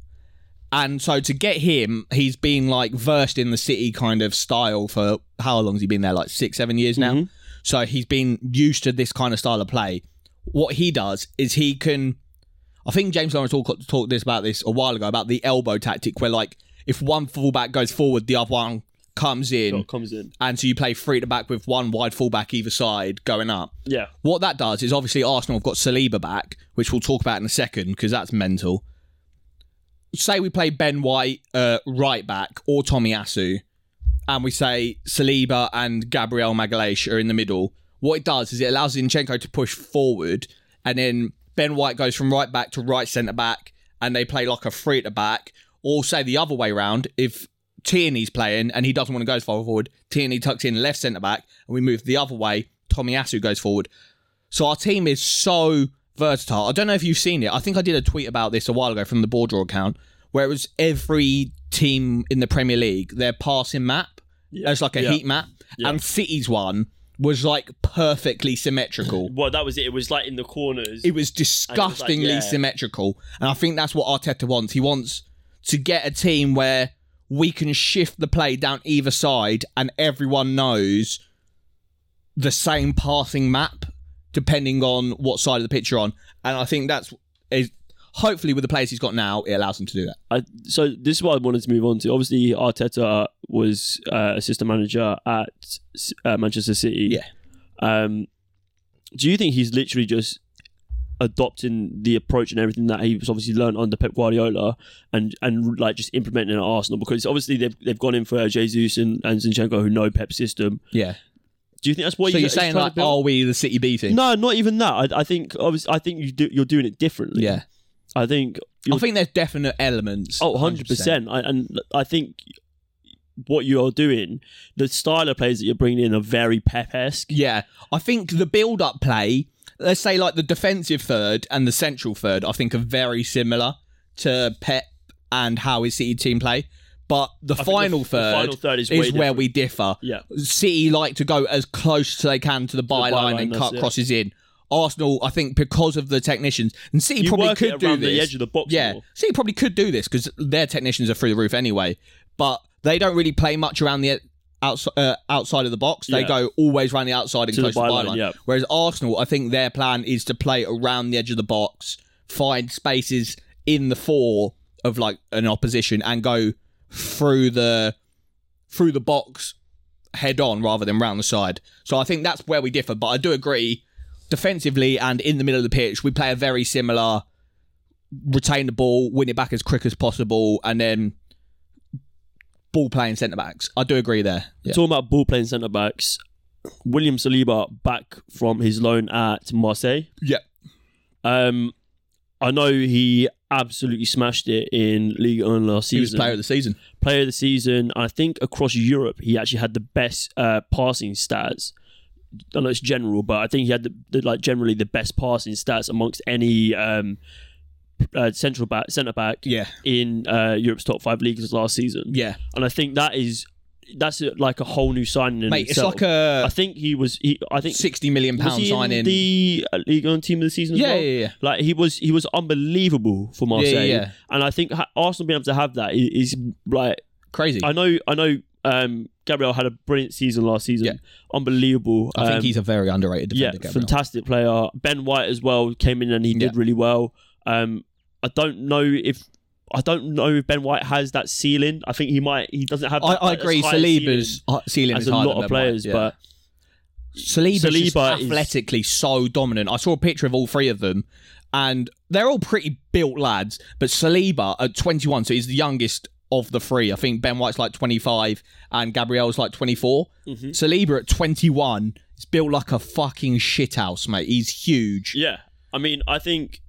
And so to get him, he's been like versed in the city kind of style for how long's he been there? Like six, seven years now. So he's been used to this kind of style of play. What he does is he can. I think James Lawrence talked talked this about this a while ago about the elbow tactic, where like if one fullback goes forward, the other one comes in, Sort of comes in. and so you play three at the back with one wide fullback either side going up. Yeah. What that does is obviously Arsenal have got Saliba back, which we'll talk about in a second because that's mental. Say we play Ben White uh, right back or Tommy Asu, and we say Saliba and Gabriel Magalhaes are in the middle. What it does is it allows Zinchenko to push forward, and then Ben White goes from right back to right centre back, and they play like a three at the back. Or say the other way round, if Tierney's playing and he doesn't want to go as far forward, Tierney tucks in left centre back, and we move the other way. Tommy Asu goes forward. So our team is so versatile. I don't know if you've seen it. I think I did a tweet about this a while ago from the Board Draw account, where it was every team in the Premier League, their passing map. It's like a Yeah. heat map. Yeah. And City's one was like perfectly symmetrical. Well, that was it. It was like in the corners. It was disgustingly yeah. symmetrical. And I think that's what Arteta wants. He wants to get a team where we can shift the play down either side and everyone knows the same passing map depending on what side of the pitch you're on. And I think that's is hopefully with the players he's got now, it allows him to do that. I, so this is what I wanted to move on to. Obviously, Arteta was uh, assistant manager at uh, Manchester City. Yeah. Um, do you think he's literally just adopting the approach and everything that he was obviously learned under Pep Guardiola and and like just implementing it at Arsenal? Because obviously they've they've gone in for Jesus and, and Zinchenko who know Pep's system. Yeah. Do you think that's what so he's- you're saying he's trying like, oh, to are build? we the City B team? No, not even that. I, I think obviously I think you do, you're doing it differently. Yeah. I think I think there's definite elements. Oh, 100%. I, and I think what you're doing, the style of plays that you're bringing in are very Pep esque. Yeah, I think the build-up play, let's say like the defensive third and the central third, I think are very similar to Pep and how his City team play. But the final third final third is, is, where way different. we differ. Yeah. City like to go as close as they can to the byline, byline, and that's cut it. crosses in. Arsenal, I think, because of the technicians, and City You probably work could it do around this. the edge of the box. Yeah, more. see, probably could do this because their technicians are through the roof anyway. But they don't really play much around the outside uh, outside of the box. They Yeah. go always round the outside and To the close to the byline, byline. yeah. Whereas Arsenal, I think their plan is to play around the edge of the box, find spaces in the four of like an opposition, and go through the through the box head on rather than round the side. So I think that's where we differ. But I do agree, defensively and in the middle of the pitch, we play a very similar retain the ball, win it back as quick as possible, and then ball playing centre backs. I do agree there. Yeah. Talking about ball playing centre backs, William Saliba back from his loan at Marseille. Yeah. Um, I know he absolutely smashed it in League One last He was season. player of the season. player of the season. I think across Europe, he actually had the best uh, passing stats. I know it's general, but I think he had the, the like generally the best passing stats amongst any um, uh, central back, centre back Yeah. in uh, Europe's top five leagues last season. Yeah. and I think that is that's a, like a whole new signing. In Mate, it's itself. like a I think he was. He, I think sixty million was pound he in signing. the uh, League One team of the season. As yeah, well? yeah, yeah. Like he was, he was unbelievable for Marseille, yeah. and I think ha- Arsenal being able to have that is, is like Crazy. I know, I know. Um, Gabriel had a brilliant season last season, Yeah. unbelievable. I think Um, he's a very underrated yeah, defender. Gabriel. fantastic player. Ben White as well came in and he did really well. Um, I don't know if I don't know if Ben White has that ceiling. I think he might. He doesn't have. I, that, I like, as agree. high a ceiling Saliba's uh, ceiling as is a higher lot than of Benoit, players, yeah. but Saliba's just Saliba is- athletically so dominant. I saw a picture of all three of them, and they're all pretty built lads. But Saliba at 21, so he's the youngest of the three. I think Ben White's like 25 and Gabriel's like 24. Saliba at 21 is built like a fucking shithouse, mate. He's huge. Yeah, I mean, I think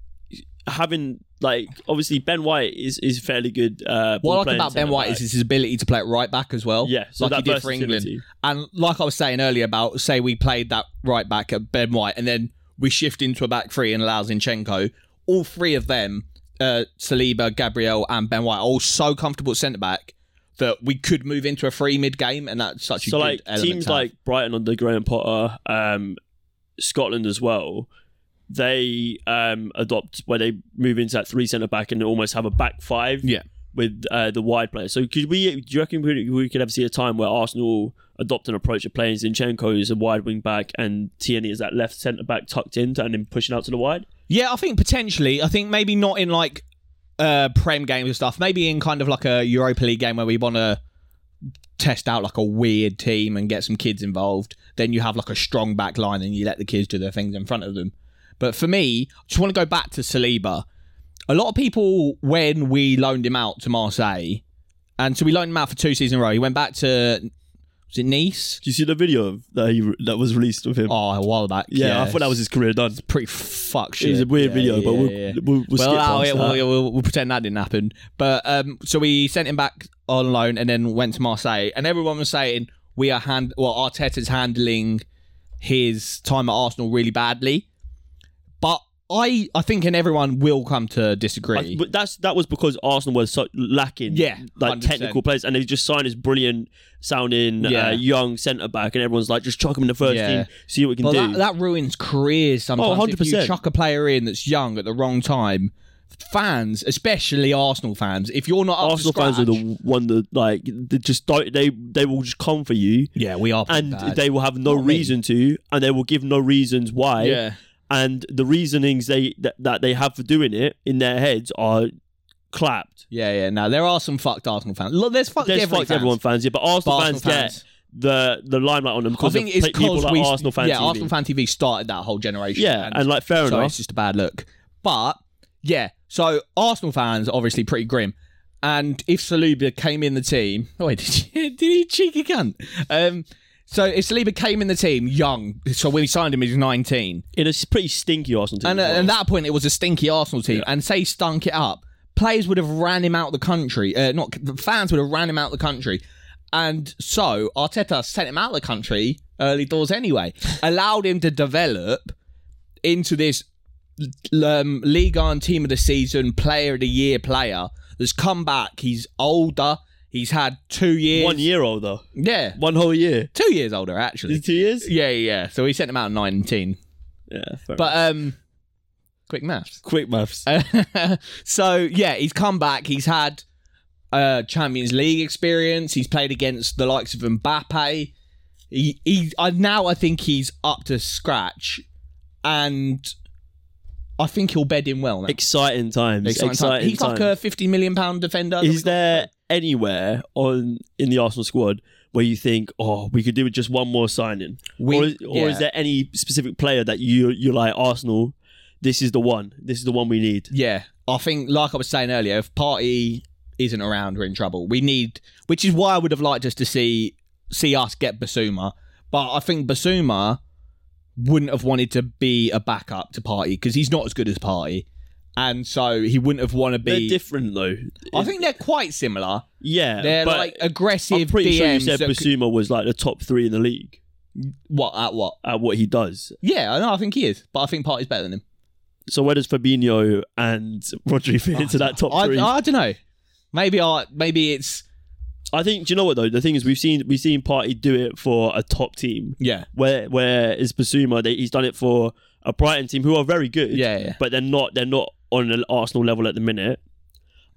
having like obviously Ben White is is fairly good. Uh, What I ball like playing about Ben centre White back. is his ability to play it right back as well. yeah, so like that he did for England. versatility. And like I was saying earlier about, say we played that right back at Ben White, and then we shift into a back three and allow Zinchenko. All three of them, uh, Saliba, Gabriel, and Ben White, are all so comfortable at centre back that we could move into a free mid game, and that's such a so good like element teams to have. like Brighton under Graham Potter, um, Scotland as well, they um, adopt where they move into that three centre back and almost have a back five. Yeah. With uh, the wide players, so could we? Do you reckon we, we could ever see a time where Arsenal adopt an approach of playing Zinchenko as a wide wing back and Tierney as that left centre back tucked in and then pushing out to the wide? Yeah, I think potentially. I think maybe not in like uh Prem games and stuff. Maybe in kind of like a Europa League game where we want to test out like a weird team and get some kids involved. Then you have like a strong back line and you let the kids do their things in front of them. But for me, I just want to go back to Saliba. A lot of people, when we loaned him out to Marseille, and so we loaned him out for two seasons in a row, he went back to, was it Nice? Do you see the video of- that he, that was released of him? Oh, a while back. yeah, I thought that was his career done. pretty fuck shit. It was a weird Yeah, video, but yeah, we'll, yeah. we'll, we'll skip well, oh, past yeah, that. we'll, we'll, we'll pretend that didn't happen. But um, so we sent him back on loan and then went to Marseille, and everyone was saying we are hand well Arteta's handling his time at Arsenal really badly. But I I think and everyone will come to disagree. I- but that's that was because Arsenal were so lacking, Yeah, like 100%. technical players, and they just signed this brilliant sounding Yeah. uh, young centre back, and everyone's like, just chuck him in the first Yeah. team, see what we can but do. that, that ruins careers sometimes. Oh, If you 100%. chuck a player in that's young at the wrong time, fans, especially Arsenal fans, if you're not up to Arsenal fans are scratch- the one that like they just don't they they will just come for you, yeah we are pretty and bad. they will have no Not me. reason to, and they will give no reasons why, yeah. and the reasonings they that, that they have for doing it in their heads are clapped. Yeah, yeah. Now there are some fucked Arsenal fans. Look, there's fucked, There's every fucked fans. everyone fans, yeah, but Arsenal, But Arsenal fans, fans. get the the limelight on them I because think of it's pe- people because we, like Arsenal fans. yeah, TV. Arsenal fan TV started that whole generation. Yeah, and, like fair so enough. it's just a bad look. But yeah, so Arsenal fans are obviously pretty grim. And if Saliba came in the team, oh wait, did you, did he cheeky cunt? Um, so if Saliba came in the team young, so when we signed him, he was nineteen. In a s- pretty stinky Arsenal team. And as well. at that point, it was a stinky Arsenal team. And say he stunk it up, players would have ran him out of the country. Uh, not fans would have ran him out of the country. And so Arteta sent him out of the country early doors anyway, allowed him to develop into this um, league on team of the season, player of the year player that's come back. He's older. He's had two years. one year older, Yeah. one whole year. Two years older, actually. two years? Yeah, yeah, yeah. So we sent him out at 19. Yeah, fair enough. But Uh, um, quick maths. quick maths. so yeah, he's come back. He's had uh, Champions League experience. He's played against the likes of Mbappe. He, he I, now I think he's up to scratch, and I think he'll bed in well. Now. Exciting times. Exciting, time. times. He's like a fifty million pound defender. that we Is got. there anywhere on in the Arsenal squad where you think, oh, we could do with just one more signing, We- or, is, or is yeah. there any specific player that you you like Arsenal? This is the one. This is the one we need. Yeah, I think like I was saying earlier, if Party isn't around, we're in trouble. We need, which is why I would have liked us to see see us get Basuma, but I think Basuma wouldn't have wanted to be a backup to Party because he's not as good as Party, and so he wouldn't have want to They're be. different though. I think they're quite similar. yeah, They're but like aggressive I'm pretty DMs. sure you said that could- Basuma was like the top three in the league what at what? at what he does. Yeah, I know. I think he is, but I think Party's better than him. So where does Fabinho and Rodri fit into that top Oh, I, three? I don't know. Maybe I. Maybe it's I think. Do you know what though? The thing is, we've seen we've seen Party do it for a top team. yeah. Where where is Basuma? They, he's done it for a Brighton team who are very good. Yeah, yeah. But they're not they're not on an Arsenal level at the minute.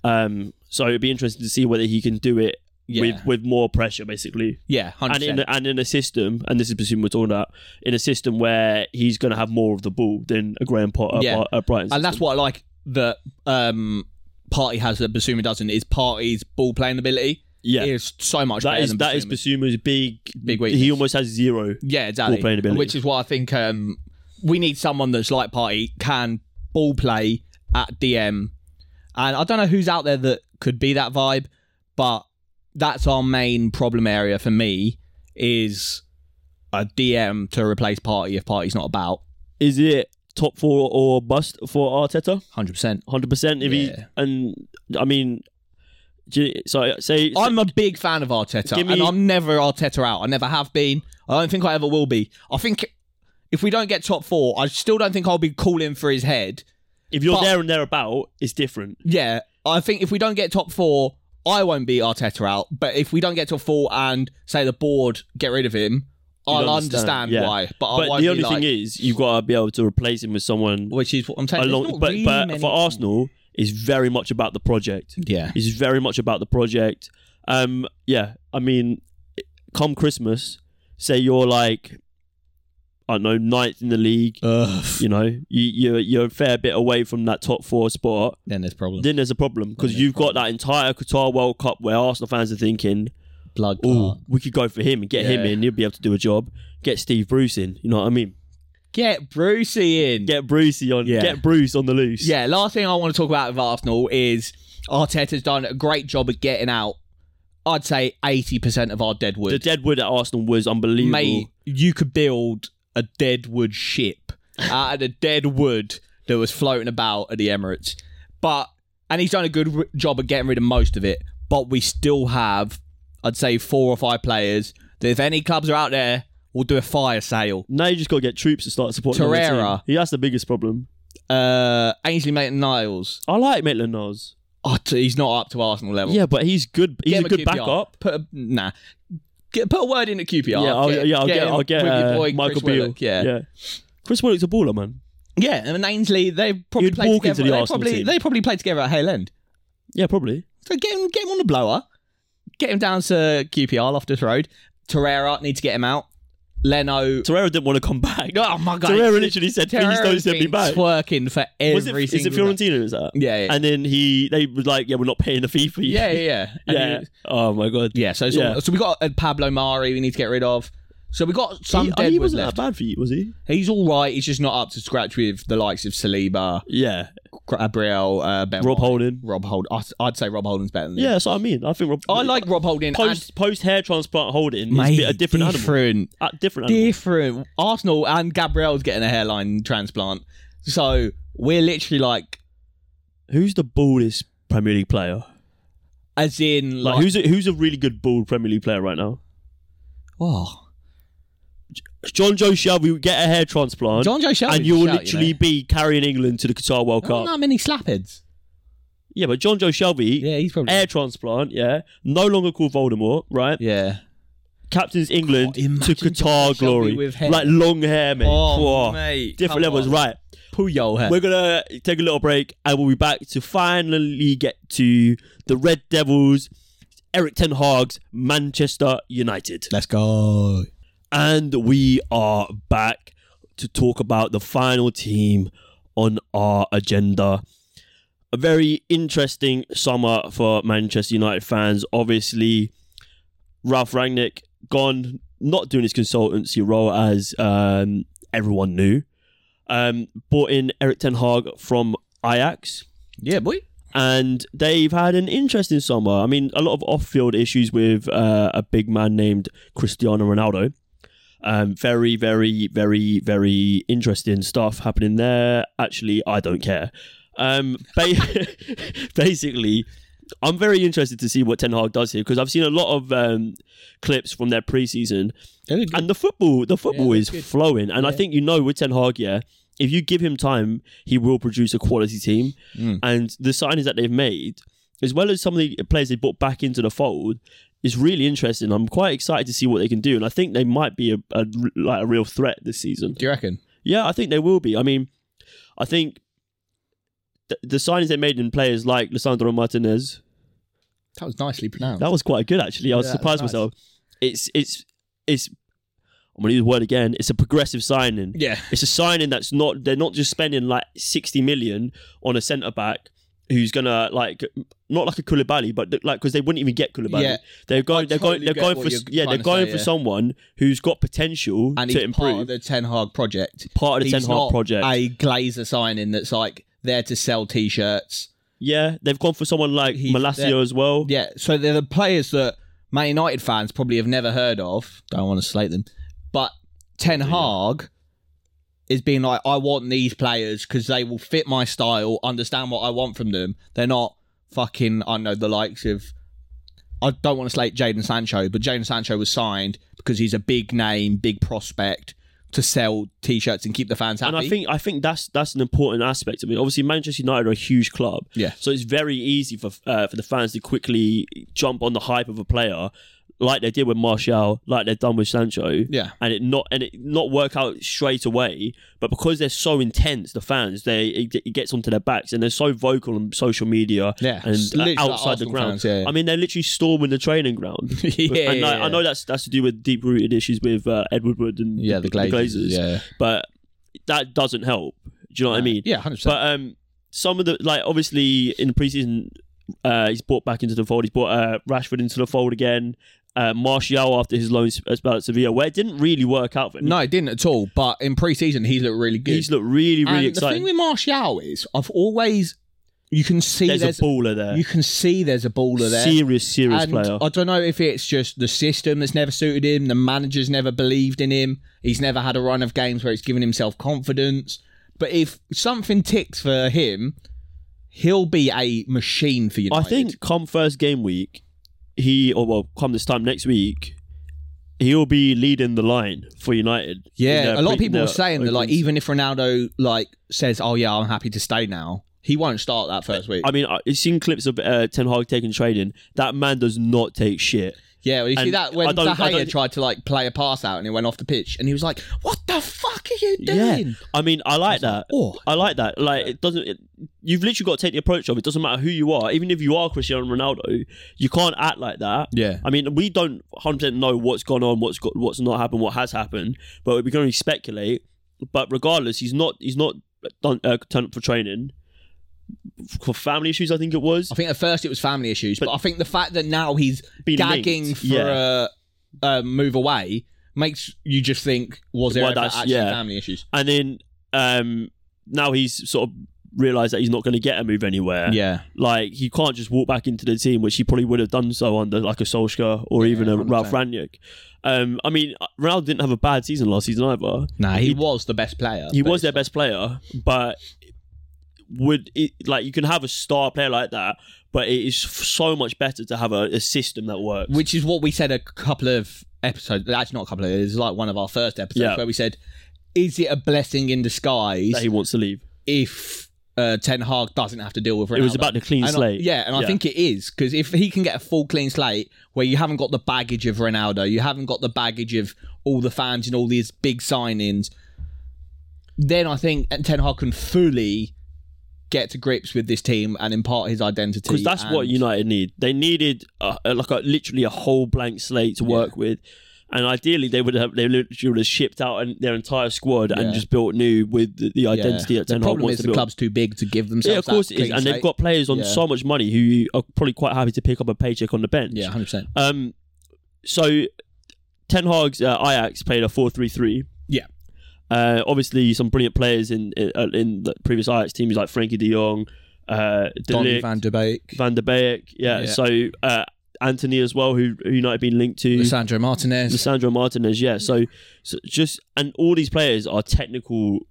Um. So it'd be interesting to see whether he can do it Yeah. with with more pressure, basically. Yeah, hundred And percent. in, a, and in a system, and this is Basuma we're talking about, in a system where he's going to have more of the ball than a Graham Potter, Yeah. a Brighton and that's system. what I like that um, Party has that Basuma doesn't is Party's ball playing ability yeah, is so much that better is than that is Basuma's. Basuma's big Big weakness. He almost has zero. yeah exactly ball playing ability. which is why I think um, we need someone that's like Party can ball play at DM and I don't know who's out there that could be that vibe but that's our main problem area for me is a DM to replace Party if Party's not about Is it top four or bust for Arteta? hundred percent. Hundred percent. If he Yeah. and I mean, do you- so say I'm a big fan of Arteta, Give me- and I'm never Arteta out. I never have been. I don't think I ever will be. I think if we don't get top four, I still don't think I'll be calling for his head. if you're but- there and thereabout, it's different. Yeah, I think if we don't get top four, I won't be Arteta out. But if we don't get top four and say the board get rid of him, I'll understand, understand, yeah. why. But, I But won't the be only like- thing is, you've got to be able to replace him with someone which is what I'm saying. along. There's not But really but many- for Arsenal, it's very much about the project. yeah, It's very much about the project. Um, yeah, I mean, come Christmas, say you're like, I don't know, ninth in the league. You know, you, you're you're a fair bit away from that top four spot. then there's problems. then there's a problem because Then there's you've got that entire Qatar World Cup where Arsenal fans are thinking, Blood. "Oh, we could go for him and get him Uh-huh. Yeah. in. He'll be able to do a job. Get Steve Bruce in. You know what I mean? Get Brucey in. Get Brucey on. Yeah. Get Bruce on the loose. Yeah, last thing I want to talk about with Arsenal is Arteta's done a great job at getting out, I'd say, 80% of our The deadwood. deadwood at Arsenal was unbelievable. Mate, you could build a deadwood ship out of the deadwood that was floating about at the Emirates. But, and he's done a good r- job at getting rid of most of it, but we still have, I'd say, four or five players that if any clubs are out there, will do a fire sale. Now you just got to get troops to start supporting. the other Torreira. team. He that's the biggest problem. Uh, Ainsley Maitland-Niles, I like Maitland Niles. oh, t- he's not up to Arsenal level. Yeah, but he's good. He's Oh. Get a him good QPR. backup. Put a, nah. Get, put a word in at QPR. Yeah, I'll, yeah, I'll get, him I'll get with your uh, boy Michael Chris Beale. Willock, Yeah. yeah, yeah. Chris Willock's a baller, man. And Ainsley, they probably He'd played walk into together. the they Arsenal probably team. they probably played together at Hale End. Yeah, probably. So get him, get him on the blower. Get him down to QPR, Loftus Road. Torreira need to get him out. Leno. Torreira didn't want to come back. Oh my god. Torreira literally said, "Please don't Torreira's send me been back." Twerking for every Was it, single. is it Fiorentina? Is that? Yeah, yeah, And then he, they were like, yeah, we're not paying the fee for you. yeah, yeah, yeah. And yeah. he- oh my god. yeah. So, so, Yeah. so we got uh, Pablo Mari. We need to get rid of. So we got some he, oh, dead he was wasn't left. that bad for you, was he? He's all right. He's just not up to scratch with the likes of Saliba, Yeah. Gabriel, uh, ben Rob Holding. Rob Hold. I- I'd say Rob Holden's better than Yeah, him. that's what I mean. I think Rob. I like Rob Holden. post post hair transplant Holding. and, Mate, Mate, a different, animal. different, A different animal. different. Arsenal and Gabriel's getting a hairline transplant, so we're literally like, Who's the baldest Premier League player? as in, Like, like, who's a, who's a really good bald Premier League player right now? oh, John Joe Shelby would get a hair transplant, John Joe Shelby, and you'll shout, literally You be carrying England to the Qatar World know. Cup. Not that many slapheads. Yeah, but John Joe Shelby, Yeah, he's probably. hair transplant. Yeah, no longer called Voldemort. Right. yeah. captains England God, imagine John to Qatar Shelby glory, with hair. like long hair, mate. Oh, Whoa. mate, different come levels, on. right? Puyol here. We're gonna take a little break, and we'll be back to finally get to the Red Devils, Eric Ten Hag's Manchester United, Let's go. and we are back to talk about the final team on our agenda. A very interesting summer for Manchester United fans. Obviously, Ralph Rangnick gone, not doing his consultancy role as um, everyone knew. Um, brought in Eric Ten Hag from Ajax, Yeah, boy. and they've had an interesting summer. I mean, a lot of off-field issues with uh, a big man named Cristiano Ronaldo. Um, very, very, very, very interesting stuff happening there. Actually, I don't care. Um, ba- basically, I'm very interested to see what Ten Hag does here because I've seen a lot of um, clips from their preseason, and the football, the football Yeah, is that's good. flowing. And I Yeah. think you know with Ten Hag, yeah, if you give him time, he will produce a quality team. Mm. And the signings that they've made, as well as some of the players they brought back into the fold, is really interesting. I'm quite excited to see what they can do, and I think they might be a, a like a real threat this season. Do you reckon? Yeah, I think they will be. I mean, I think th- the signings they made in players like Lissandro Martinez, That was nicely pronounced. that was quite good actually. I was Yeah, that's surprised nice. myself. It's it's it's. I'm gonna use the word again. It's a progressive signing. yeah. It's a signing that's not. They're not just spending like 60 million on a centre back who's gonna like not like a Koulibaly, but like because they wouldn't even get Koulibaly. Yeah. They're going. They're totally going. get They're going what for. you're Yeah, trying they're to going say, for yeah. someone who's got potential And to he's improve. part of the Ten Hag project. Part of the he's Ten Hag not project. A glazer signing that's like there to sell T-shirts. Yeah, they've gone for someone like He's Malacio there. as well. Yeah, so they're the players that Man United fans probably have never heard of. Don't want to slate them, but Ten Hag is being like, I want these players because they will fit my style, understand what I want from them. They're not fucking, I know the likes of. I don't want to slate Jaden Sancho, but Jaden Sancho was signed because he's a big name, big prospect to sell T-shirts and keep the fans happy. And I think I think that's that's an important aspect. I mean, obviously Manchester United are a huge club, Yeah. So it's very easy for uh, for the fans to quickly jump on the hype of a player, like they did with Martial, like they've done with Sancho, yeah, and it not and it not work out straight away. But because they're so intense, the fans they it, it gets onto their backs, and they're so vocal on social media Yeah. and It's like, literally like outside the Arsenal ground. fans, yeah. I mean, they're literally storming the training ground. yeah. and I, I know that's that's to do with deep rooted issues with uh, Edward Wood and yeah, the Glazers, yeah, but that doesn't help. Do you know what I mean? yeah, hundred percent. But um, some of the like obviously in the preseason, uh, he's brought back into the fold. He's brought uh, Rashford into the fold again. Uh, Martial after his loan sp- spell at Sevilla, where it didn't really work out for him. No, it didn't at all. But in pre-season, he looked really good. he's looked really, really and the exciting. thing with Martial is, I've always you can see There's, there's, a baller there. you can see there's a baller there. Serious, serious and player. I don't know if it's just the system that's never suited him, the manager's never believed in him, he's never had a run of games where he's given himself confidence. But if something ticks for him, he'll be a machine for I United. think come first game week, he or well, come this time next week, he'll be leading the line for United. in Yeah, their a lot of pre- people in were their saying that, like, opens. even if Ronaldo like says, "Oh yeah, I'm happy to stay now," he won't start that first week. I mean, I- I've seen clips of uh, Ten Hag taking trading. That man does not take shit. Yeah, well, you see And that when I don't- I Zahaya don't- tried to like play a pass out and it went off the pitch, and he was like, "What the fuck are you Yeah. doing?" I mean, I like that. Oh, I like that. Like, it doesn't. It, you've literally got to take the approach of it. Doesn't matter who you are. Even if you are Cristiano Ronaldo, you can't act like that. yeah, I mean, we don't 100% know what's gone on, what's got, what's not happened, what has happened, but we can only speculate. But regardless, he's not he's not done uh, turned up for training for family issues. I think it was I think at first it was family issues, but, But- I think the fact that now he's Been gagging linked, for uh, yeah. a, a move away makes you just think, was there Well, ever that's- actually yeah. family issues? and then um, now he's sort of realised that he's not going to get a move anywhere. Yeah, Like he can't just walk back into the team, which he probably would have done so under like a Solskjaer or even a 100%. Ralph Ranick. Um, I mean, Ronaldo didn't have a bad season last season either. nah, he, He- was the best player. he but was it's their best player, but would it, like you can have a star player like that, but it is f- so much better to have a, a system that works. which is what we said a couple of episodes. That's not a couple of. It was like one of our first episodes Yeah. where we said, "Is it a blessing in disguise?" that he wants to leave. if uh, Ten Hag doesn't have to deal with Ronaldo. It was about the clean And I- slate. yeah, and I Yeah. think it is because if he can get a full clean slate where you haven't got the baggage of Ronaldo, you haven't got the baggage of all the fans and all these big signings, then I think Ten Hag can fully get to grips with this team and impart his identity. because that's what and- United need. They needed a, a- like a, literally a whole blank slate to work with, and ideally they would have they literally would have shipped out an, their entire squad Yeah. and just built new with the, the Yeah. identity that The Ten Hag problem wants is to the build. club's too big to give themselves. yeah, of course that it is, clean and they've slate. got players on Yeah. so much money who are probably quite happy to pick up a paycheck on the bench. yeah, hundred percent. Um, so Ten Hag's uh, Ajax played a four-three-three. Yeah. Uh, obviously, some brilliant players in in, uh, in the previous Ajax teams like Frankie De Jong, uh, De Donny Ligt, Van de Beek, Van der Beek. Yeah. Yeah. So uh, Anthony as well, who who United been linked to. Lissandro Martinez. Lissandro Martinez. Yeah. So, so just and all these players are technical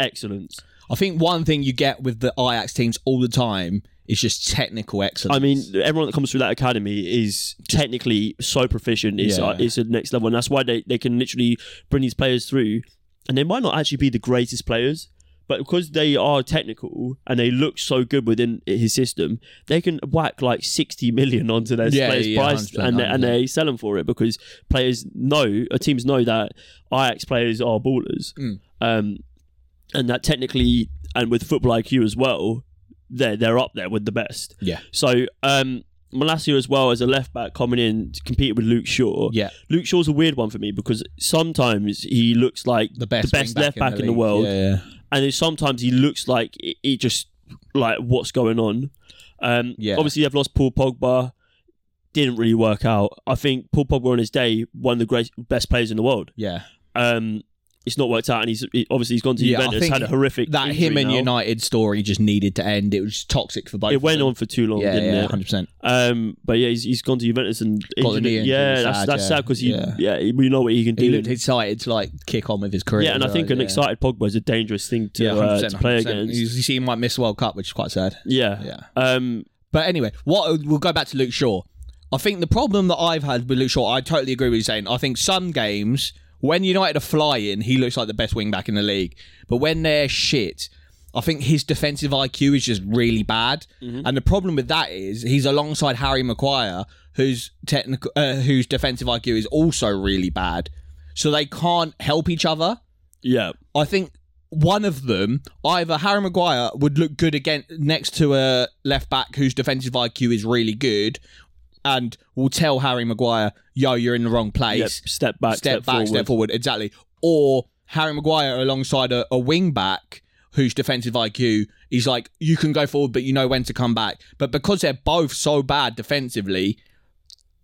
excellence. I think one thing you get with the Ajax teams all the time is just technical excellence. I mean, everyone that comes through that academy is technically so proficient. It's uh, Yeah. it's the next level, and that's why they, they can literally bring these players through. And they might not actually be the greatest players, but because they are technical and they look so good within his system, they can whack like sixty million onto their Yeah, players' yeah, price, 100%, and they, and they sell them for it because players know, or teams know that Ajax players are ballers, Mm. um, and that technically and with football IQ as well, they're they're up there with the best. yeah, So um Malasia as well as a left back coming in to compete with Luke Shaw. yeah, Luke Shaw's a weird one for me because sometimes he looks like the best, The best wing-back left back in the league. world. Yeah, yeah. and then sometimes he looks like he- he just like what's going on. Um Yeah. obviously they've lost Paul Pogba. Didn't really work out. I think Paul Pogba on his day one of the great best players in the world. yeah. Um it's not worked out and he's he- obviously he's gone to Yeah, I Juventus, think had a horrific That injury him and now. United story just needed to end. It was just toxic for both. It of went them. on for too long, Yeah, didn't yeah, it? hundred percent. Um, but yeah, he's, he's gone to Juventus and Got the knee yeah, injury, that's sad, that's yeah. sad because he Yeah. yeah we know what he can He do. looked excited to like kick on with his career. yeah, and I as think well, an yeah. excited Pogba is a dangerous thing to, uh, 100%, to play 100%. against. You you see, he might miss World Cup, which is quite sad. yeah. Yeah. Um, But anyway, what we'll go back to Luke Shaw. I think the problem that I've had with Luke Shaw, I totally agree with you saying. I think some games when United are flying, he looks like the best wing back in the league. But when they're shit, I think his defensive IQ is just really bad. And the problem with that is he's alongside Harry Maguire, whose technical, uh, whose defensive IQ is also really bad. So they can't help each other. yeah, I think one of them, either Harry Maguire would look good again next to a left back whose defensive IQ is really good, and will tell Harry Maguire, "Yo, you're in the wrong yeah, place. step back, step, step, back, forward. step forward." Exactly. Or Harry Maguire alongside a, a wing back whose defensive IQ is like, "You can go forward, but you know when to come back." But because they're both so bad defensively.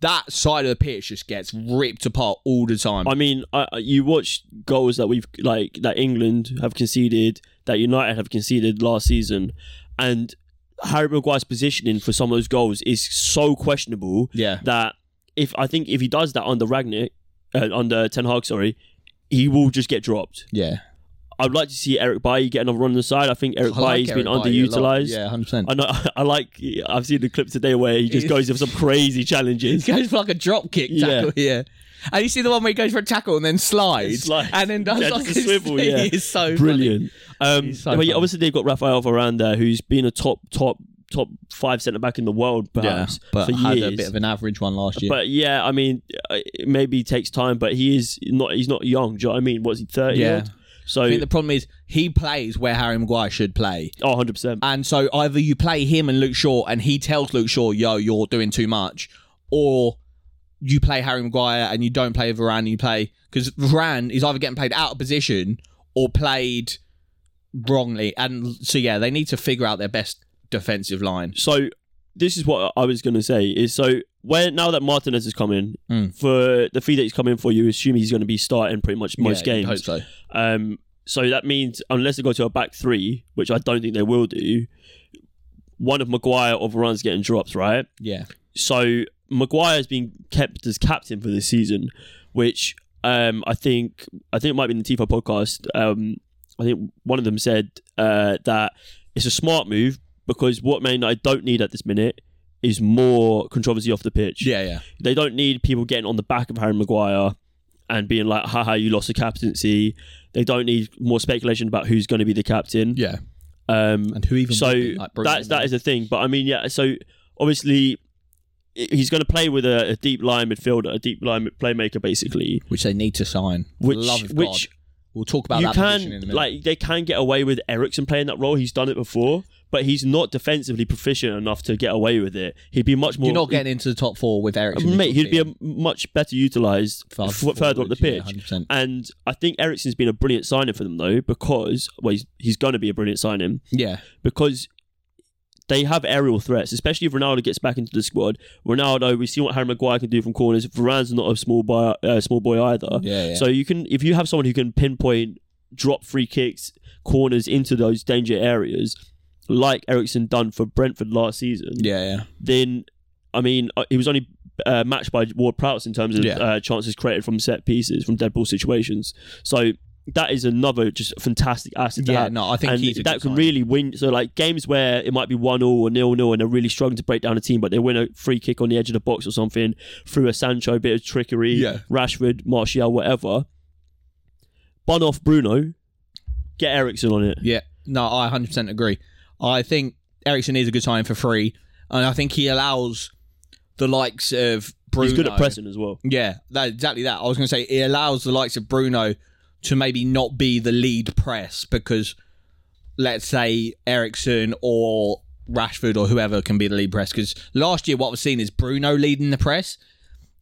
That side of the pitch just gets ripped apart all the time. I mean, I, I- you watch goals that we've like that England have conceded, that United have conceded last season, and Harry Maguire's positioning for some of those goals is so questionable. yeah, that if I think if he does that under Ragnick, uh, under Ten Hag, sorry, he will just get dropped. yeah. I'd like to see Eric Bailly get another run on the side. I think Eric I like Bailly's been Eric Bailly a lot. underutilized. Yeah, hundred percent. I know. I like. I've seen the clip today where he just goes for some crazy He challenges. goes for like a drop kick Yeah. tackle, yeah. And you see the one where he goes for a tackle and then slides, Slides. and then does Yeah, like just a his swivel, thing. yeah. It's so funny. Brilliant. Um, He's so but funny. yeah, obviously they've got Rafael Varane there, who's been a top, top, top five centre back in the world, perhaps but for had years. a bit of an average one last year. but yeah, I mean, uh, it maybe takes time, but he is not. He's not young. Do you know what I mean? What's he thirty? Yeah. odd? So I think the problem is he plays where Harry Maguire should play, oh, 100 percent. and so either you play him and Luke Shaw, and he tells Luke Shaw, "Yo, you're doing too much," or you play Harry Maguire and you don't play Varane. And you play because Varane is either getting played out of position or played wrongly, and so yeah, they need to figure out their best defensive line. So this is what I was going to say is so where now that Martinez is coming Mm. for the fee that he's coming for, you assume he's going to be starting pretty much most Yeah, you'd games. Hope so. Um, so that means unless they go to a back three, which I don't think they will do, one of Maguire or Varane's getting dropped, right? Yeah. So Maguire has been kept as captain for this season, which um, I think I think it might be in the Tifo podcast. Um, I think one of them said uh, that it's a smart move because what Man United don't need at this minute is more controversy off the pitch. Yeah, yeah. They don't need people getting on the back of Harry Maguire and being like, haha, you lost the captaincy. They don't need more speculation about who's going to be the captain. Yeah. Um, And who even so would be, like, Bruno that's that Fernandes? is the thing. But I mean, yeah. So obviously, i- he's going to play with a, a deep line midfielder, a deep line playmaker, basically. which they need to sign. For the Which love of which We'll talk about you that can position in a minute. like they can get away with Ericsson playing that role. He's done it before, but he's not defensively proficient enough to get away with it. He'd be much more. You're not getting into the top four with Ericsson. mate. He'd be a much better utilized f- further up the pitch. And I think Ericsson's been a brilliant signing for them though, because well, he's, he's going to be a brilliant signing Yeah, because they have aerial threats, especially if Ronaldo gets back into the squad. Ronaldo, we see what Harry Maguire can do from corners. Varane's not a small boy, uh, small boy either. yeah, yeah. So you can, if you have someone who can pinpoint, drop free kicks, corners into those danger areas, like Ericsson done for Brentford last season, yeah, yeah. then I mean, uh, he was only uh, matched by Ward Prowse in terms of Yeah. uh, chances created from set pieces, from dead ball situations. So that is another just fantastic asset. to Yeah, have. no, I think and he's a good that can signing. really win. So like games where it might be one 0 or nil nil, and they're really struggling to break down a team, but they win a free kick on the edge of the box or something through a Sancho bit of trickery, Yeah. Rashford, Martial, whatever. Bun off Bruno, get Ericsson on it. Yeah. No, I 100% agree. I think Ericsson is a good sign for free, and I think he allows the likes of Bruno. He's good at pressing as well. Yeah, that, exactly that. I was going to say it allows the likes of Bruno to maybe not be the lead press because, let's say, Ericsson or Rashford or whoever can be the lead press. Because last year, what was seen is Bruno leading the press,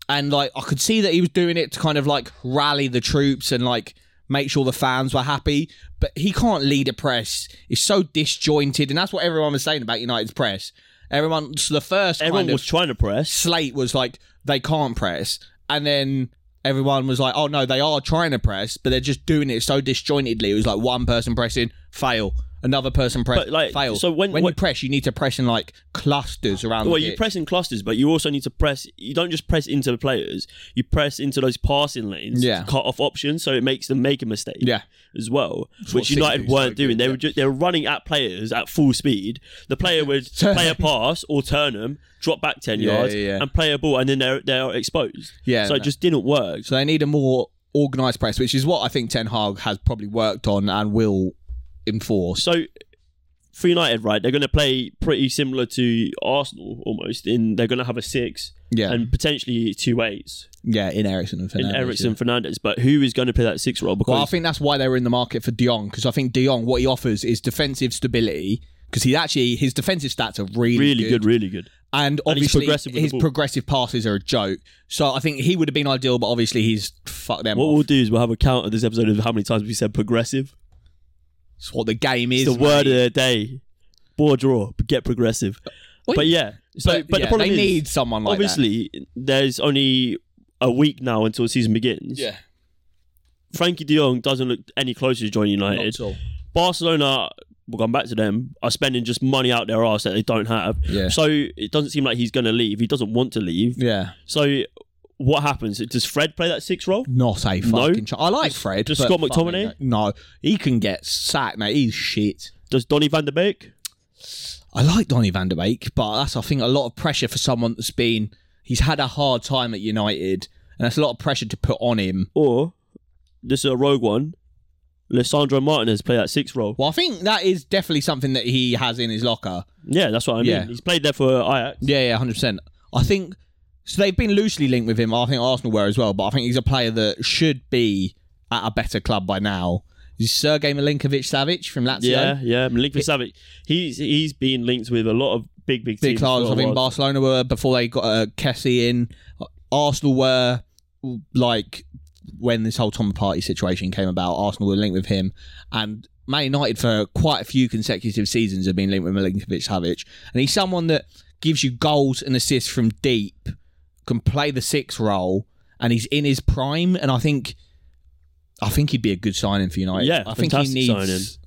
and like I could see that he was doing it to kind of like rally the troops and like make sure the fans were happy. But he can't lead a press; it's so disjointed, and that's what everyone was saying about United's press. Everyone, so the first Everyone kind of, was trying to press. Slate was like, they can't press. And then everyone was like, oh no, they are trying to press, but they're just doing it so disjointedly. It was like one person pressing, fail. Another person press, But, like, fail. so when- when you what- press, you need to press in like clusters around Well, the you pitch. press in clusters, but you also need to press. You don't just press into the players. You press into those passing lanes, to Yeah. cut off options, so it makes them make a mistake Yeah. as well, what which United Sixers don't weren't do, doing. They yeah. were ju- they were running at players at full speed. The player would play a pass or turn them, drop back ten Yeah, yards, yeah, yeah. and play a ball, and then they're they're exposed. Yeah, so it no. just didn't work. So they need a more organised press, which is what I think Ten Hag has probably worked on and will enforce. So for United, right, they're going to play pretty similar to Arsenal almost. In they're going to have a six Yeah, and potentially two eights. yeah, in Ericsson and in Fernandes. Ericsson Fernandez, but who is going to play that six role? Because Well, I think that's why they were in the market for De Jong because I think De Jong what he offers is defensive stability because he actually his defensive stats are really really good. good. really good. and he's obviously progressive with the his ball. progressive passes are a joke. So I think he would have been ideal, but obviously he's fuck them. What off. we'll do is we'll have a count of this episode of how many times we said progressive. It's what the game It's is. the word mate. of the day. Board draw, but get progressive. Well, But yeah, so but, but the yeah, problem they is, need someone like that. obviously, there's only a week now until the season begins. Yeah, Frankie De Jong doesn't look any closer to joining not United. at all. Barcelona, we're going back to them, are spending just money out their arse that they don't have. Yeah. So it doesn't seem like he's going to leave. He doesn't want to leave. Yeah, So what happens? Does Fred play that six role? not a fucking. No. chance. I like Does- Fred. does but Scott fuck McTominay? me, No, No. he can get sacked, mate. He's shit. Does Donny van der Beek? I like Donny van der Beek, but that's I think a lot of pressure for someone that's been he's had a hard time at United, and that's a lot of pressure to put on him. Or this is a rogue one. Lissandro Martinez play that six role. Well, I think that is definitely something that he has in his locker. Yeah, that's what I mean. Yeah. He's played there for Ajax. Yeah, yeah, hundred percent. I think so. They've been loosely linked with him. I think Arsenal were as well, but I think he's a player that should be at a better club by now. Is Sergey Milinkovic Savic from Lazio? Yeah, yeah. Milinkovic Savic. He's he's been linked with a lot of big big big teams. clubs. for I a think while. Barcelona were before they got uh, Kessie in. Arsenal were like when this whole Tom Party situation came about. Arsenal were linked with him, and Man United for quite a few consecutive seasons have been linked with Milinkovic Savic, and he's someone that gives you goals and assists from deep, can play the six role, and he's in his prime. And I think, I think he'd be a good signing for United. Yeah, I think he fantastic needs. signing.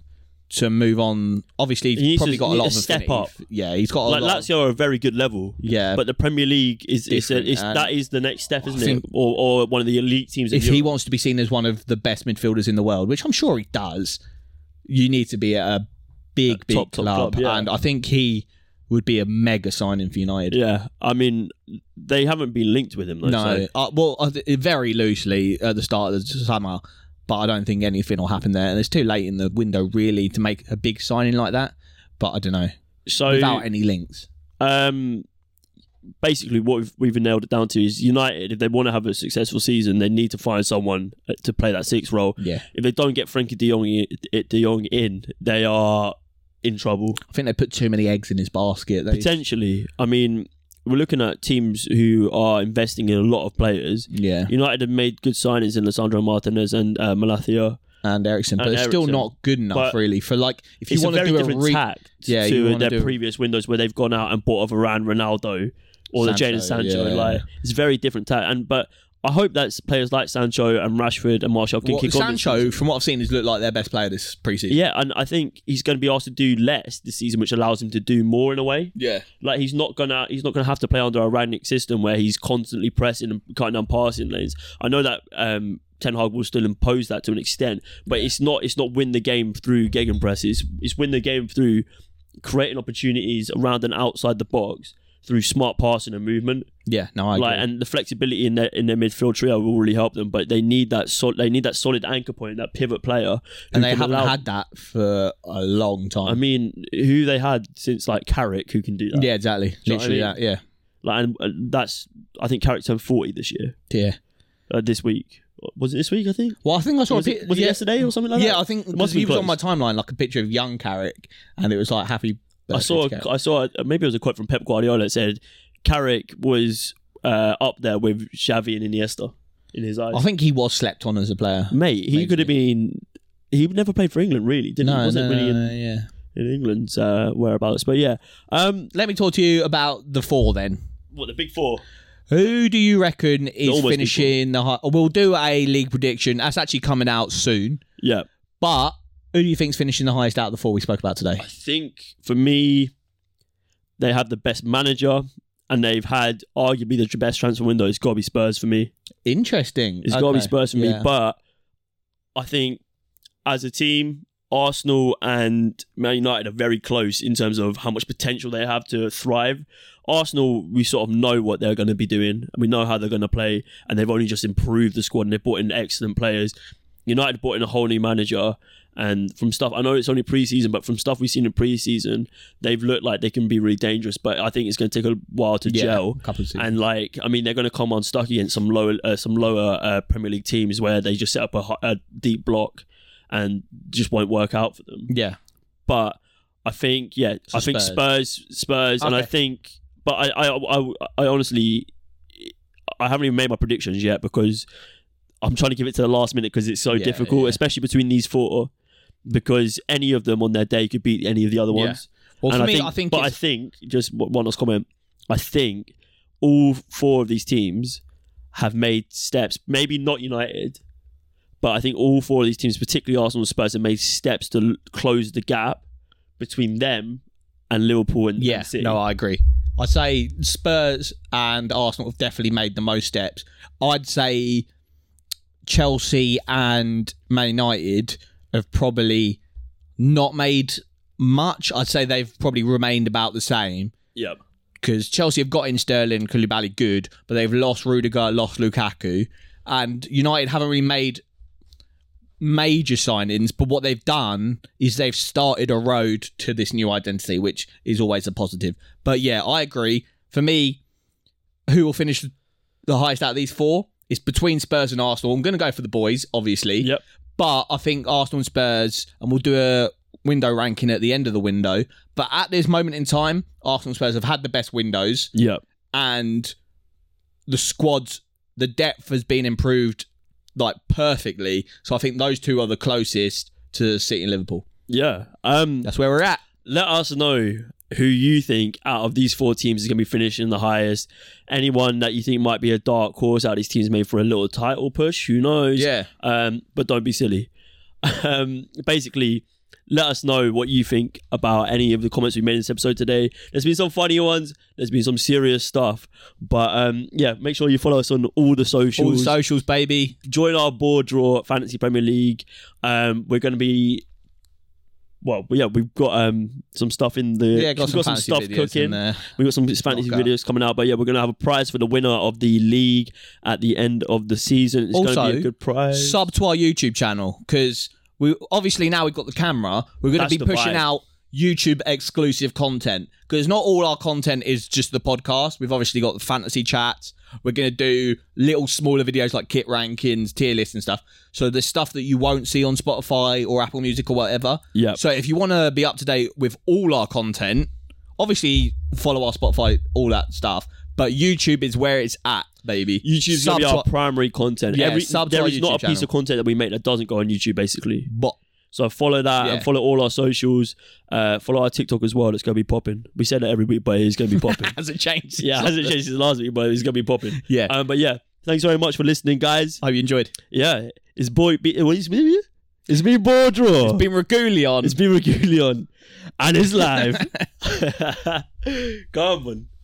To move on, obviously he's He needs probably to- got a need lot to of step affinity up. f- Yeah, he's got a Like lot. of- Lazio are a very good level. yeah, But the Premier League is it's a, Different, it's and- that is the next step, isn't I think- it? Or or one of the elite teams. in if he Europe. wants to be seen as one of the best midfielders in the world, which I'm sure he does, you need to be at a big, big top, top club. club, yeah. And I think he would be a mega signing for United. yeah, I mean they haven't been linked with him though. no, so- uh, well, uh, very loosely at the start of the summer, but I don't think anything will happen there. And it's too late in the window, really, to make a big signing like that. But I don't know. so Without any links. Um, basically what we've, we've nailed it down to is United. If they want to have a successful season, they need to find someone uh, to play that six role. Yeah. If they don't get Frankie De Jong, i- De Jong in, they are in trouble I think they put too many eggs in his basket. They, potentially. I mean, we're looking at teams who are investing in a lot of players. yeah. United have made good signings in Lissandro Martinez and uh, Malathia. And Ericsson, but And it's still Eriksen. not good enough, But really, for like, if you it's a want to very do a different re- tact Yeah, you to wanna their do- previous windows where they've gone out and bought a Varane, Ronaldo, or the Jadon Sancho, Sancho. yeah. Like it's a very different tact. And but I hope that players like Sancho and Rashford and Martial can What- kick on. this season. Sancho, from what I've seen, has looked like their best player this preseason. Yeah, and I think he's going to be asked to do less this season, which allows him to do more in a way. yeah. Like he's not gonna he's not gonna have to play under a Rangnick system where he's constantly pressing and cutting down passing lanes. I know that um, Ten Hag will still impose that to an extent, but it's not it's not win the game through gegenpress. It's it's win the game through creating opportunities around and outside the box through smart passing and movement. Yeah, no, I agree. Like and the flexibility in their in their midfield trio will really help them. But they need that solid they need that solid anchor point, that pivot player. who and they can haven't allow- had that for a long time. I mean, who they had since like Carrick who can do that. yeah, exactly. you know what I Literally mean? that. Yeah, Like, and uh, that's I think Carrick turned forty this year, yeah. uh, this week. Was it this week? I think. Well, I think I saw. Was a it, pic- was it yeah, yesterday or something like yeah, I that? think It because must be he was on my close. timeline, like a picture of young Carrick, and it was like happy. I saw. birthday to A, I saw. A, maybe it was a quote from Pep Guardiola that said Carrick was uh, up there with Xavi and Iniesta in his eyes. Carrick. I think he was slept on as a player. Mate, he Maybe. could have been. He never played for England, really. Didn't he? No, wasn't no, really no, in, no, yeah. in England's uh, whereabouts. But yeah, um, Let me talk to you about the four then. what the big four? Who do you reckon is almost equal. finishing the high? We'll do a league prediction. That's actually coming out soon. Yeah, But who do you think's finishing the highest out of the four we spoke about today? I think for me, they have the best manager and they've had arguably the best transfer window. It's got to be Spurs for me. Interesting. It's got to be Okay. Spurs for me. Yeah. But I think as a team, Arsenal and Man United are very close in terms of how much potential they have to thrive. Arsenal, we sort of know what they're going to be doing. and We know how they're going to play, and they've only just improved the squad and they've brought in excellent players. United brought in a whole new manager, and from stuff I know it's only preseason, but from stuff we've seen in preseason, they've looked like they can be really dangerous. But I think it's going to take a while to Yeah, gel. couple of seasons. And like, I mean, they're going to come unstuck against some lower, uh, some lower uh, Premier League teams where they just set up a, hi- a deep block and just won't work out for them. yeah. But I think, yeah, So I think Spurs, Spurs, and I Okay. think, but I, I, I, I honestly, I haven't even made my predictions yet because I'm trying to give it to the last minute because it's so Yeah, difficult, yeah. especially between these four, because any of them on their day could beat any of the other Yeah. ones Well, for and me, I think, I think but I it's- think just one one last comment. I think all four of these teams have made steps. Maybe not United, but I think all four of these teams, particularly Arsenal and Spurs, have made steps to l- close the gap between them and Liverpool and, Yeah, and City. no, I agree. I'd say Spurs and Arsenal have definitely made the most steps. I'd say Chelsea and Man United have probably not made much. I'd say they've probably remained about the same yeah, because Chelsea have got in Sterling, Koulibaly good, but they've lost Rudiger, lost Lukaku, and United haven't really made major signings. But what they've done is they've started a road to this new identity, which is always a positive. But yeah, I agree. For me, who will finish the highest out of these four? It's between Spurs and Arsenal. I'm going to go for the boys, obviously. Yep. But I think Arsenal and Spurs, and we'll do a window ranking at the end of the window. But at this moment in time, Arsenal and Spurs have had the best windows, yeah, and the squads, the depth has been improved like perfectly. So I think those two are the closest to City and Liverpool. yeah. Um, That's where we're at. let us know who you think out of these four teams is going to be finishing the highest. Anyone that you think might be a dark horse out of these teams, maybe for a little title push. Who knows? Yeah. Um, but don't be silly. Um, basically, let us know what you think about any of the comments we made in this episode today. There's been some funny ones. There's been some serious stuff. But um, yeah, make sure you follow us on all the socials All the socials, baby. join our board draw at Fantasy Premier League. Um, we're going to be, well, yeah, we've got um some stuff in the, Yeah, got we've some, fancy videos in there. We've got some fantasy Knock up. videos coming out, but yeah, we're going to have a prize for the winner of the league at the end of the season. It's going to Also, be a good prize. sub to our YouTube channel because we obviously now we've got the camera. We're going That's to be the pushing vibe. out YouTube exclusive content because not all our content is just the podcast. We've obviously got the fantasy chats. We're going to do little smaller videos like kit rankings, tier lists, and stuff. So the stuff that you won't see on Spotify or Apple Music or whatever. Yeah. So if you want to be up to date with all our content, obviously follow our Spotify, all that stuff. But YouTube is where it's at, baby. YouTube's Sub gonna be to our primary content. Yeah, Every, sub to there our is not YouTube a piece channel. of content that we make that doesn't go on YouTube, basically. But So follow that Yeah. and follow all our socials. Uh, follow our TikTok as well. It's gonna be popping. We said that every week, but it's gonna be popping. has it changed? yeah, it hasn't changed since last week, but it's gonna be popping. Yeah. Um, but yeah, thanks very much for listening, guys. Hope you enjoyed. Yeah, it's boy. Be, what is me? It's me, Bordro. It's been Regulion. It's been Regulion, and it's live. Come on.